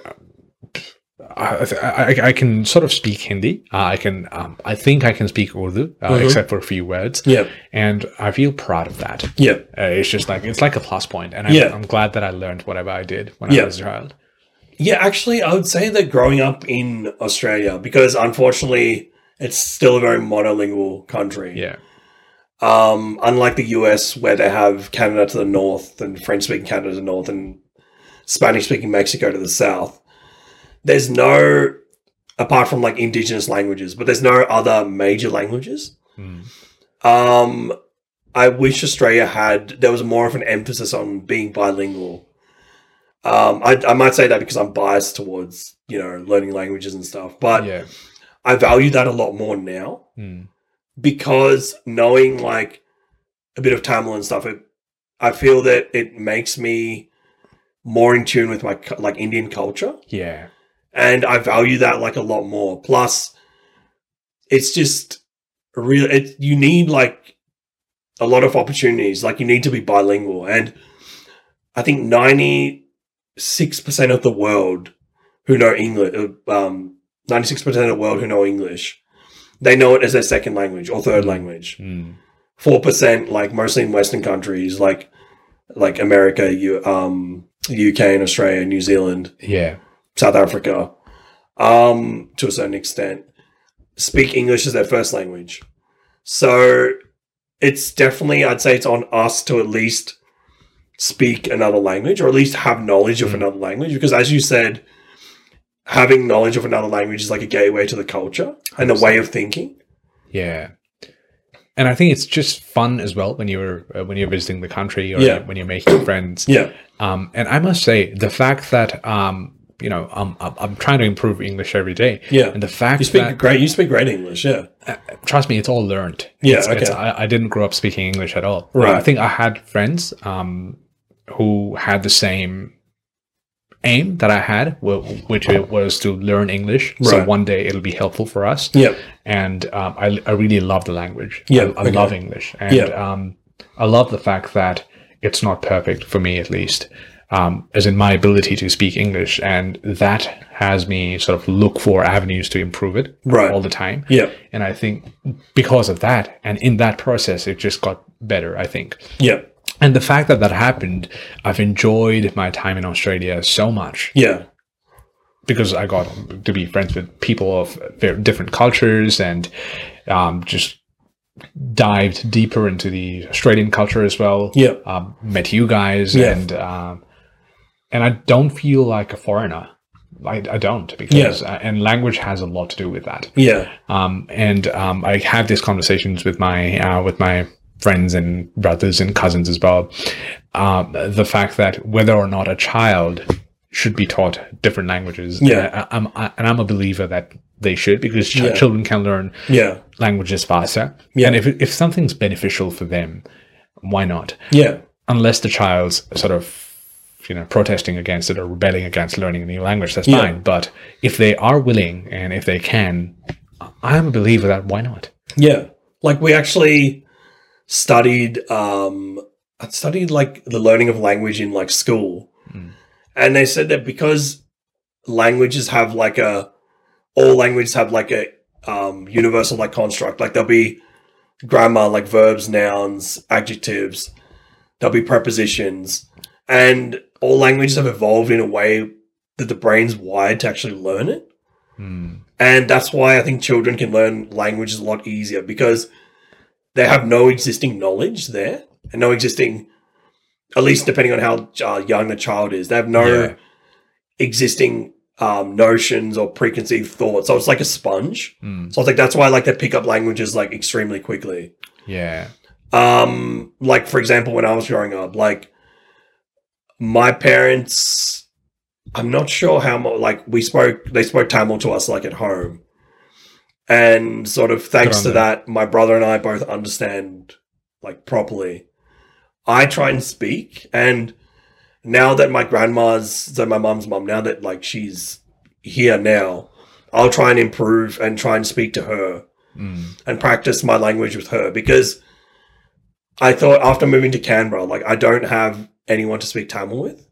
[SPEAKER 1] I, I, I can sort of speak Hindi. Uh, I can um, I think I can speak Urdu uh,
[SPEAKER 2] Mhm.
[SPEAKER 1] except for a few words,
[SPEAKER 2] yeah,
[SPEAKER 1] and I feel proud of that.
[SPEAKER 2] yeah.
[SPEAKER 1] Uh, it's just like it's like a plus point, and I'm,
[SPEAKER 2] Yeah.
[SPEAKER 1] I'm glad that I learned whatever I did when
[SPEAKER 2] Yeah.
[SPEAKER 1] I was a child.
[SPEAKER 2] Yeah, actually, I would say that growing up in Australia, because unfortunately, it's still a very monolingual country.
[SPEAKER 1] Yeah.
[SPEAKER 2] Um, unlike the US, where they have Canada to the north and French speaking Canada to the north and Spanish speaking Mexico to the south, there's no, apart from like indigenous languages, but there's no other major languages.
[SPEAKER 1] Mm.
[SPEAKER 2] Um, I wish Australia had, there was more of an emphasis on being bilingual. Um, I, I might say that because I'm biased towards, you know, learning languages and stuff, but
[SPEAKER 1] yeah.
[SPEAKER 2] I value that a lot more now
[SPEAKER 1] Mm.
[SPEAKER 2] because knowing like a bit of Tamil and stuff, it, I feel that it makes me more in tune with my cu- like Indian culture,
[SPEAKER 1] Yeah.
[SPEAKER 2] and I value that like a lot more. Plus, it's just real. It, you need like a lot of opportunities. Like you need to be bilingual, and I think ninety six percent of the world who know English, um, ninety six percent of the world who know English, they know it as their second language or third
[SPEAKER 1] Mm.
[SPEAKER 2] language
[SPEAKER 1] Mm.
[SPEAKER 2] four percent, like mostly in Western countries, like like America, U, um, UK, and Australia, New Zealand,
[SPEAKER 1] Yeah.
[SPEAKER 2] South Africa, um, to a certain extent, speak English as their first language. So it's definitely, I'd say, it's on us to at least speak another language, or at least have knowledge of
[SPEAKER 1] Mm.
[SPEAKER 2] another language, because as you said. Having knowledge of another language is like a gateway to the culture and the way of thinking.
[SPEAKER 1] Yeah. And I think it's just fun as well when you're uh, when you're visiting the country or
[SPEAKER 2] Yeah.
[SPEAKER 1] when you're making friends.
[SPEAKER 2] Yeah.
[SPEAKER 1] Um, and I must say, the fact that um, you know, um, I'm, I'm trying to improve English every day,
[SPEAKER 2] Yeah.
[SPEAKER 1] and the fact
[SPEAKER 2] You speak
[SPEAKER 1] that
[SPEAKER 2] great you speak great English, yeah.
[SPEAKER 1] trust me, it's all learned.
[SPEAKER 2] Yeah,
[SPEAKER 1] It's- it's-
[SPEAKER 2] okay.
[SPEAKER 1] I, I didn't grow up speaking English at all.
[SPEAKER 2] Right.
[SPEAKER 1] I think I had friends um, who had the same aim that I had, wh- which it was to learn English. So
[SPEAKER 2] Right.
[SPEAKER 1] one day it'll be helpful for us.
[SPEAKER 2] Yeah.
[SPEAKER 1] And um, I, I really love the language.
[SPEAKER 2] Yeah,
[SPEAKER 1] I, I
[SPEAKER 2] okay.
[SPEAKER 1] love English, and
[SPEAKER 2] Yeah.
[SPEAKER 1] um, I love the fact that it's not perfect for me, at least. Um, as in my ability to speak English, and that has me sort of look for avenues to improve it
[SPEAKER 2] Right.
[SPEAKER 1] all the time.
[SPEAKER 2] Yeah.
[SPEAKER 1] And I think because of that, and in that process, it just got better, I think.
[SPEAKER 2] Yeah.
[SPEAKER 1] And the fact that that happened, I've enjoyed my time in Australia so much
[SPEAKER 2] Yeah.
[SPEAKER 1] because I got to be friends with people of very different cultures and um, just dived deeper into the Australian culture as well.
[SPEAKER 2] Yeah.
[SPEAKER 1] Um, met you guys
[SPEAKER 2] Yeah.
[SPEAKER 1] and um, and I don't feel like a foreigner. I, I don't because uh, and language has a lot to do with that
[SPEAKER 2] Yeah.
[SPEAKER 1] um, and um, I have these conversations with my uh, with my friends and brothers and cousins as well. Um, the fact that whether or not a child should be taught different languages,
[SPEAKER 2] Yeah.
[SPEAKER 1] and I, I'm I, and I'm a believer that they should because ch-
[SPEAKER 2] Yeah.
[SPEAKER 1] children can learn
[SPEAKER 2] Yeah.
[SPEAKER 1] languages faster.
[SPEAKER 2] Yeah.
[SPEAKER 1] And if if something's beneficial for them, why not?
[SPEAKER 2] Yeah.
[SPEAKER 1] Unless the child's sort of you know protesting against it or rebelling against learning a new language, that's
[SPEAKER 2] Yeah.
[SPEAKER 1] fine. But if they are willing and if they can, I- I'm a believer that why not?
[SPEAKER 2] Yeah. Like we actually studied um I studied like the learning of language in like school.
[SPEAKER 1] Mm.
[SPEAKER 2] And they said that because languages have like a all languages have like a um universal like construct, like there'll be grammar, like verbs, nouns, adjectives, there'll be prepositions, and all languages have evolved in a way that the brain's wired to actually learn it.
[SPEAKER 1] Mm.
[SPEAKER 2] And that's why I think children can learn languages a lot easier because they have no existing knowledge there and no existing, at least depending on how uh, young the child is, they have no
[SPEAKER 1] Yeah.
[SPEAKER 2] existing um, notions or preconceived thoughts. So it's like a sponge.
[SPEAKER 1] Mm.
[SPEAKER 2] So it's like that's why I like they pick up languages like extremely quickly
[SPEAKER 1] Yeah.
[SPEAKER 2] um like for example when i was growing up like my parents i'm not sure how much like we spoke they spoke tamil to us like at home and sort of thanks
[SPEAKER 1] on
[SPEAKER 2] to
[SPEAKER 1] them.
[SPEAKER 2] that my brother and i both understand like properly i try and speak and now that my grandma's so my mom's mom now that like she's here now i'll try and improve and try and speak to her
[SPEAKER 1] Mm.
[SPEAKER 2] and practice my language with her because I thought after moving to Canberra, like I don't have anyone to speak Tamil with.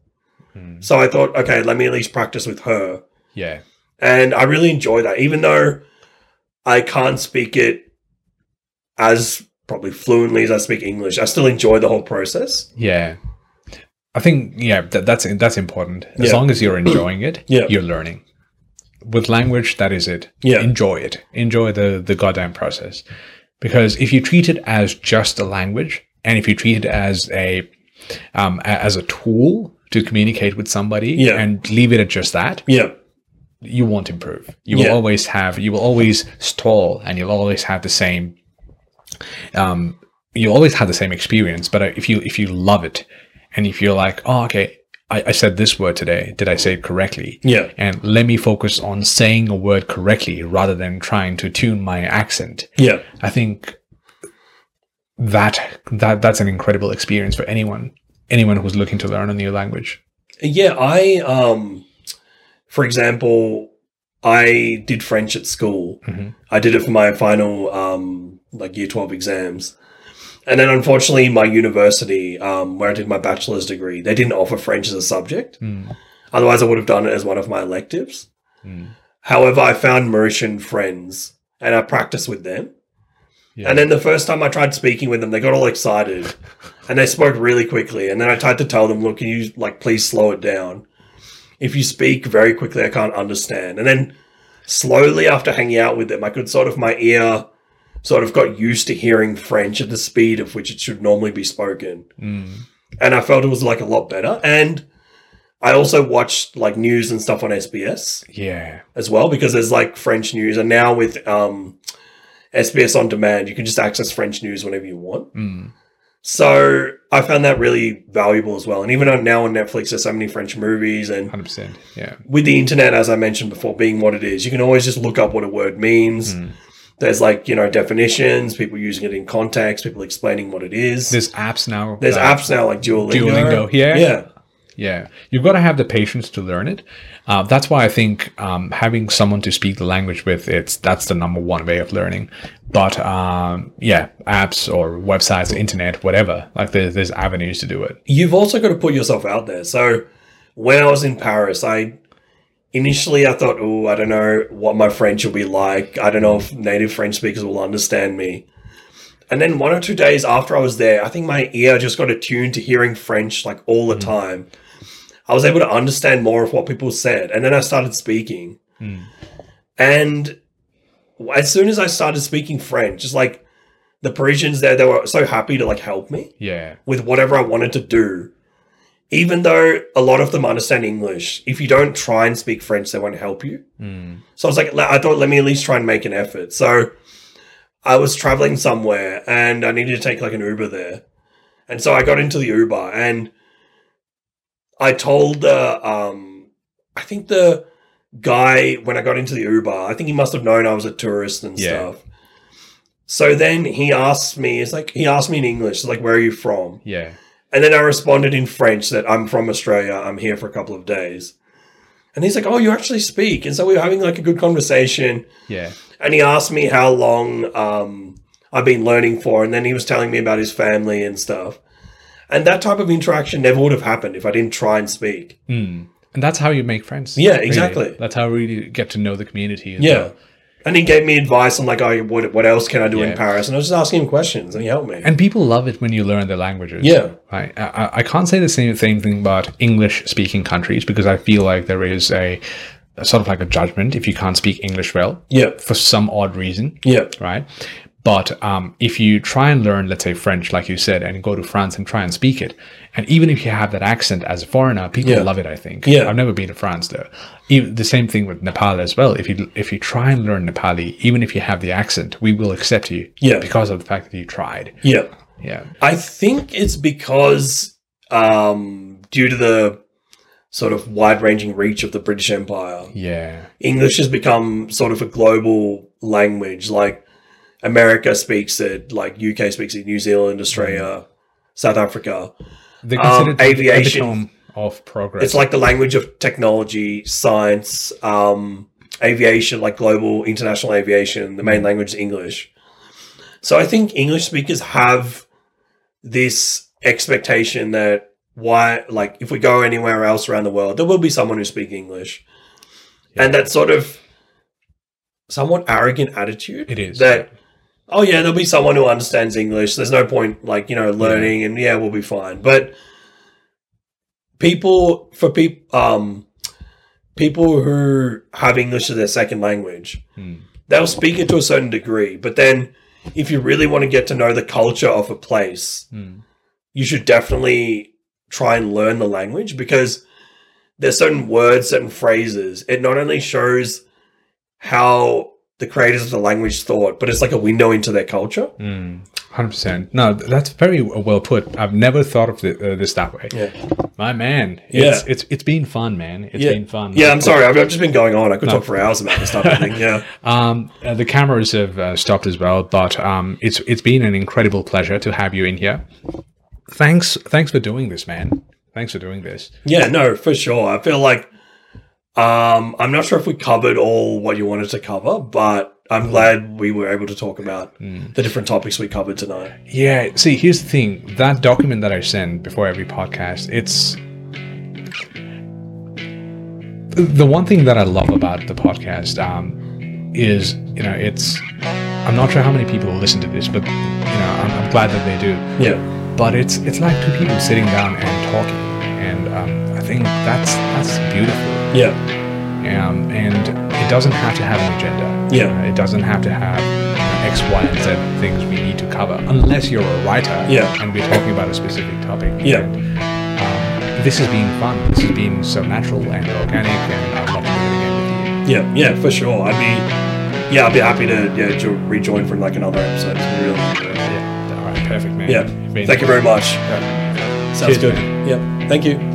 [SPEAKER 1] Mm.
[SPEAKER 2] So I thought, okay, let me at least practice with her.
[SPEAKER 1] Yeah.
[SPEAKER 2] And I really enjoy that, even though I can't speak it as probably fluently as I speak English, I still enjoy the whole process.
[SPEAKER 1] Yeah. I think yeah, that, that's that's important. As
[SPEAKER 2] Yeah.
[SPEAKER 1] long as you're enjoying it,
[SPEAKER 2] Yeah.
[SPEAKER 1] you're learning. With language, that is it.
[SPEAKER 2] Yeah.
[SPEAKER 1] Enjoy it. Enjoy the the goddamn process. Because if you treat it as just a language, and if you treat it as a um, a- as a tool to communicate with somebody,
[SPEAKER 2] Yeah.
[SPEAKER 1] and leave it at just that,
[SPEAKER 2] Yeah.
[SPEAKER 1] you won't improve. You will
[SPEAKER 2] Yeah.
[SPEAKER 1] always have, you will always stall, and you'll always have the same. Um, you always have the same experience. But if you if you love it, and if you're like, oh, okay, I, I said this word today. Did I say it correctly?
[SPEAKER 2] Yeah.
[SPEAKER 1] And let me focus on saying a word correctly rather than trying to tune my accent.
[SPEAKER 2] Yeah.
[SPEAKER 1] I think that that that's an incredible experience for anyone anyone who's looking to learn a new language.
[SPEAKER 2] Yeah, I um for example, I did French at school.
[SPEAKER 1] Mhm.
[SPEAKER 2] I did it for my final um like year 12 exams. And then unfortunately my university um where I did my bachelor's degree, they didn't offer French as a subject.
[SPEAKER 1] Mm,
[SPEAKER 2] Otherwise I would have done it as one of my electives.
[SPEAKER 1] mm.
[SPEAKER 2] However, I found Mauritian friends and I practiced with them.
[SPEAKER 1] Yeah.
[SPEAKER 2] And then the first time I tried speaking with them, they got all excited and they spoke really quickly. And then I tried to tell them, look, can you like please slow it down? If you speak very quickly, I can't understand. And then slowly after hanging out with them, I could sort of my ear sort of got used to hearing French at the speed of which it should normally be spoken.
[SPEAKER 1] Mm.
[SPEAKER 2] And I felt it was like a lot better. And I also watched like news and stuff on SBS
[SPEAKER 1] yeah.
[SPEAKER 2] as well because there's like French news, and now with um, SBS on demand, you can just access French news whenever you want.
[SPEAKER 1] Mm.
[SPEAKER 2] So I found that really valuable as well. And even on, now on Netflix, there's so many French movies, and
[SPEAKER 1] Hundred percent. Yeah.
[SPEAKER 2] with the internet, as I mentioned before, being what it is, you can always just look up what a word means.
[SPEAKER 1] Mm.
[SPEAKER 2] There's like you know definitions, people using it in context, people explaining what it is. There's,
[SPEAKER 1] There's apps now. that-
[SPEAKER 2] apps now like Duolingo.
[SPEAKER 1] Duolingo, yeah.
[SPEAKER 2] yeah,
[SPEAKER 1] Yeah, you've got to have the patience to learn it. Uh, that's why I think um, having someone to speak the language with it's that's the number one way of learning. But um, yeah, apps or websites, internet, whatever. Like there's, there's avenues to do it.
[SPEAKER 2] you've also got to put yourself out there. So when I was in Paris, I initially I thought, oh, I don't know what my French will be like. I don't know if native French speakers will understand me. And then one or two days after I was there, I think my ear just got attuned to hearing French like all the time. I was able to understand more of what people said, and then I started speaking.
[SPEAKER 1] Mm.
[SPEAKER 2] And as soon as I started speaking French, just like the Parisians there, they were so happy to like help me
[SPEAKER 1] Yeah,
[SPEAKER 2] with whatever I wanted to do. Even though a lot of them understand English, if you don't try and speak French, they won't help you.
[SPEAKER 1] mm.
[SPEAKER 2] So I was like, le- I thought, let me at least try and make an effort. So I was traveling somewhere and I needed to take like an Uber there. And so I got into the Uber and I told the, um, I think the guy, when I got into the Uber, I think he must have known I was a tourist and
[SPEAKER 1] Yeah.
[SPEAKER 2] stuff. So then he asked me, it's like, he asked me in English, like, where are you from?
[SPEAKER 1] yeah,
[SPEAKER 2] And then I responded in French that I'm from Australia. I'm here for a couple of days. And he's like, Oh, you actually speak. And so we were having like a good conversation.
[SPEAKER 1] yeah,
[SPEAKER 2] And he asked me how long um, I've been learning for. And then he was telling me about his family and stuff. And that type of interaction never would have happened if I didn't try and speak.
[SPEAKER 1] mm. and that's how you make friends.
[SPEAKER 2] Yeah,
[SPEAKER 1] really.
[SPEAKER 2] exactly.
[SPEAKER 1] That's how really you get to know the community. as
[SPEAKER 2] Yeah.
[SPEAKER 1] well.
[SPEAKER 2] And he gave me advice on like, Oh, what, what else can I do
[SPEAKER 1] Yeah.
[SPEAKER 2] in Paris? And I was just asking him questions and he helped me.
[SPEAKER 1] and people love it when you learn the languages.
[SPEAKER 2] yeah.
[SPEAKER 1] I, I, I can't say the same same thing about English speaking countries because I feel like there is a, a sort of like a judgment if you can't speak English well
[SPEAKER 2] Yeah.
[SPEAKER 1] for some odd reason,
[SPEAKER 2] Yeah.
[SPEAKER 1] right? But um, if you try and learn, let's say French, like you said, and go to France and try and speak it, and even if you have that accent as a foreigner, people
[SPEAKER 2] Yeah.
[SPEAKER 1] love it. I think.
[SPEAKER 2] Yeah.
[SPEAKER 1] I've never been to France though. Even, the same thing with Nepal as well. If you if you try and learn Nepali, even if you have the accent, we will accept you.
[SPEAKER 2] Yeah.
[SPEAKER 1] Because of the fact that you tried.
[SPEAKER 2] Yeah.
[SPEAKER 1] Yeah.
[SPEAKER 2] I think it's because um, due to the sort of wide-ranging reach of the British Empire,
[SPEAKER 1] Yeah.
[SPEAKER 2] English has become sort of a global language. Like America speaks it, like UK speaks it, New Zealand, Australia, South Africa.
[SPEAKER 1] They
[SPEAKER 2] Um,
[SPEAKER 1] consider it the
[SPEAKER 2] aviation-
[SPEAKER 1] epitome of progress.
[SPEAKER 2] It's like the language of technology, science, um, aviation, like global international aviation. The main language is English. So I think English speakers have this expectation that why, like, if we go anywhere else around the world, there will be someone who speaks English, and that sort of somewhat arrogant attitude.
[SPEAKER 1] It is,
[SPEAKER 2] that. Oh yeah, there'll be someone who understands English. There's no point, like you know, learning and yeah, we'll be fine. But people for people um people who have English as their second language,
[SPEAKER 1] Hmm.
[SPEAKER 2] they'll speak it to a certain degree. But then, if you really want to get to know the culture of a place,
[SPEAKER 1] Hmm.
[SPEAKER 2] you should definitely try and learn the language because there's certain words, certain phrases. It not only shows how the creators of the language thought, but it's like a window into their culture.
[SPEAKER 1] Mm, 100%. No, th- that's very w- uh, well put. I've never thought of th- uh, this that way.
[SPEAKER 2] Yeah.
[SPEAKER 1] My man.
[SPEAKER 2] Yeah.
[SPEAKER 1] It's, it's, it's been fun, man. It's
[SPEAKER 2] Yeah.
[SPEAKER 1] been fun.
[SPEAKER 2] Yeah, I'm sorry. I've, I've just been going on. I could
[SPEAKER 1] No.
[SPEAKER 2] talk for hours about this type of thing. Yeah.
[SPEAKER 1] Um, uh, the cameras have uh, stopped as well, but um, it's it's been an incredible pleasure to have you in here. Thanks, thanks for doing this, man. Thanks for doing this.
[SPEAKER 2] Yeah, no, for sure. I feel like um, I'm not sure if we covered all what you wanted to cover, but I'm glad we were able to talk about the different topics we covered tonight.
[SPEAKER 1] Yeah. See, here's the thing: that document that I send before every podcast, it's the one thing that I love about the podcast um, is you know it's I'm not sure how many people listen to this, but you know I'm, I'm glad that they do.
[SPEAKER 2] Yeah.
[SPEAKER 1] but it's it's like two people sitting down and talking, and um, I think that's that's beautiful.
[SPEAKER 2] Yeah.
[SPEAKER 1] Um, and it doesn't have to have an agenda.
[SPEAKER 2] Yeah.
[SPEAKER 1] Uh, it doesn't have to have X, Y, and Z things we need to cover, unless you're a writer.
[SPEAKER 2] Yeah.
[SPEAKER 1] and we're talking about a specific topic.
[SPEAKER 2] Yeah.
[SPEAKER 1] And, um, this has been fun. This has been so natural and organic, and I'd love to do it again with you.
[SPEAKER 2] Yeah. Yeah, for sure. I'd be, yeah, I'd be happy to, yeah, to rejoin for like another episode. It's been really good.
[SPEAKER 1] Yeah. All right. Perfect, man.
[SPEAKER 2] Yeah.
[SPEAKER 1] It's been-
[SPEAKER 2] Thank you very much.
[SPEAKER 1] Yeah.
[SPEAKER 2] Sounds
[SPEAKER 1] Cheers,
[SPEAKER 2] good. Yeah. Thank you.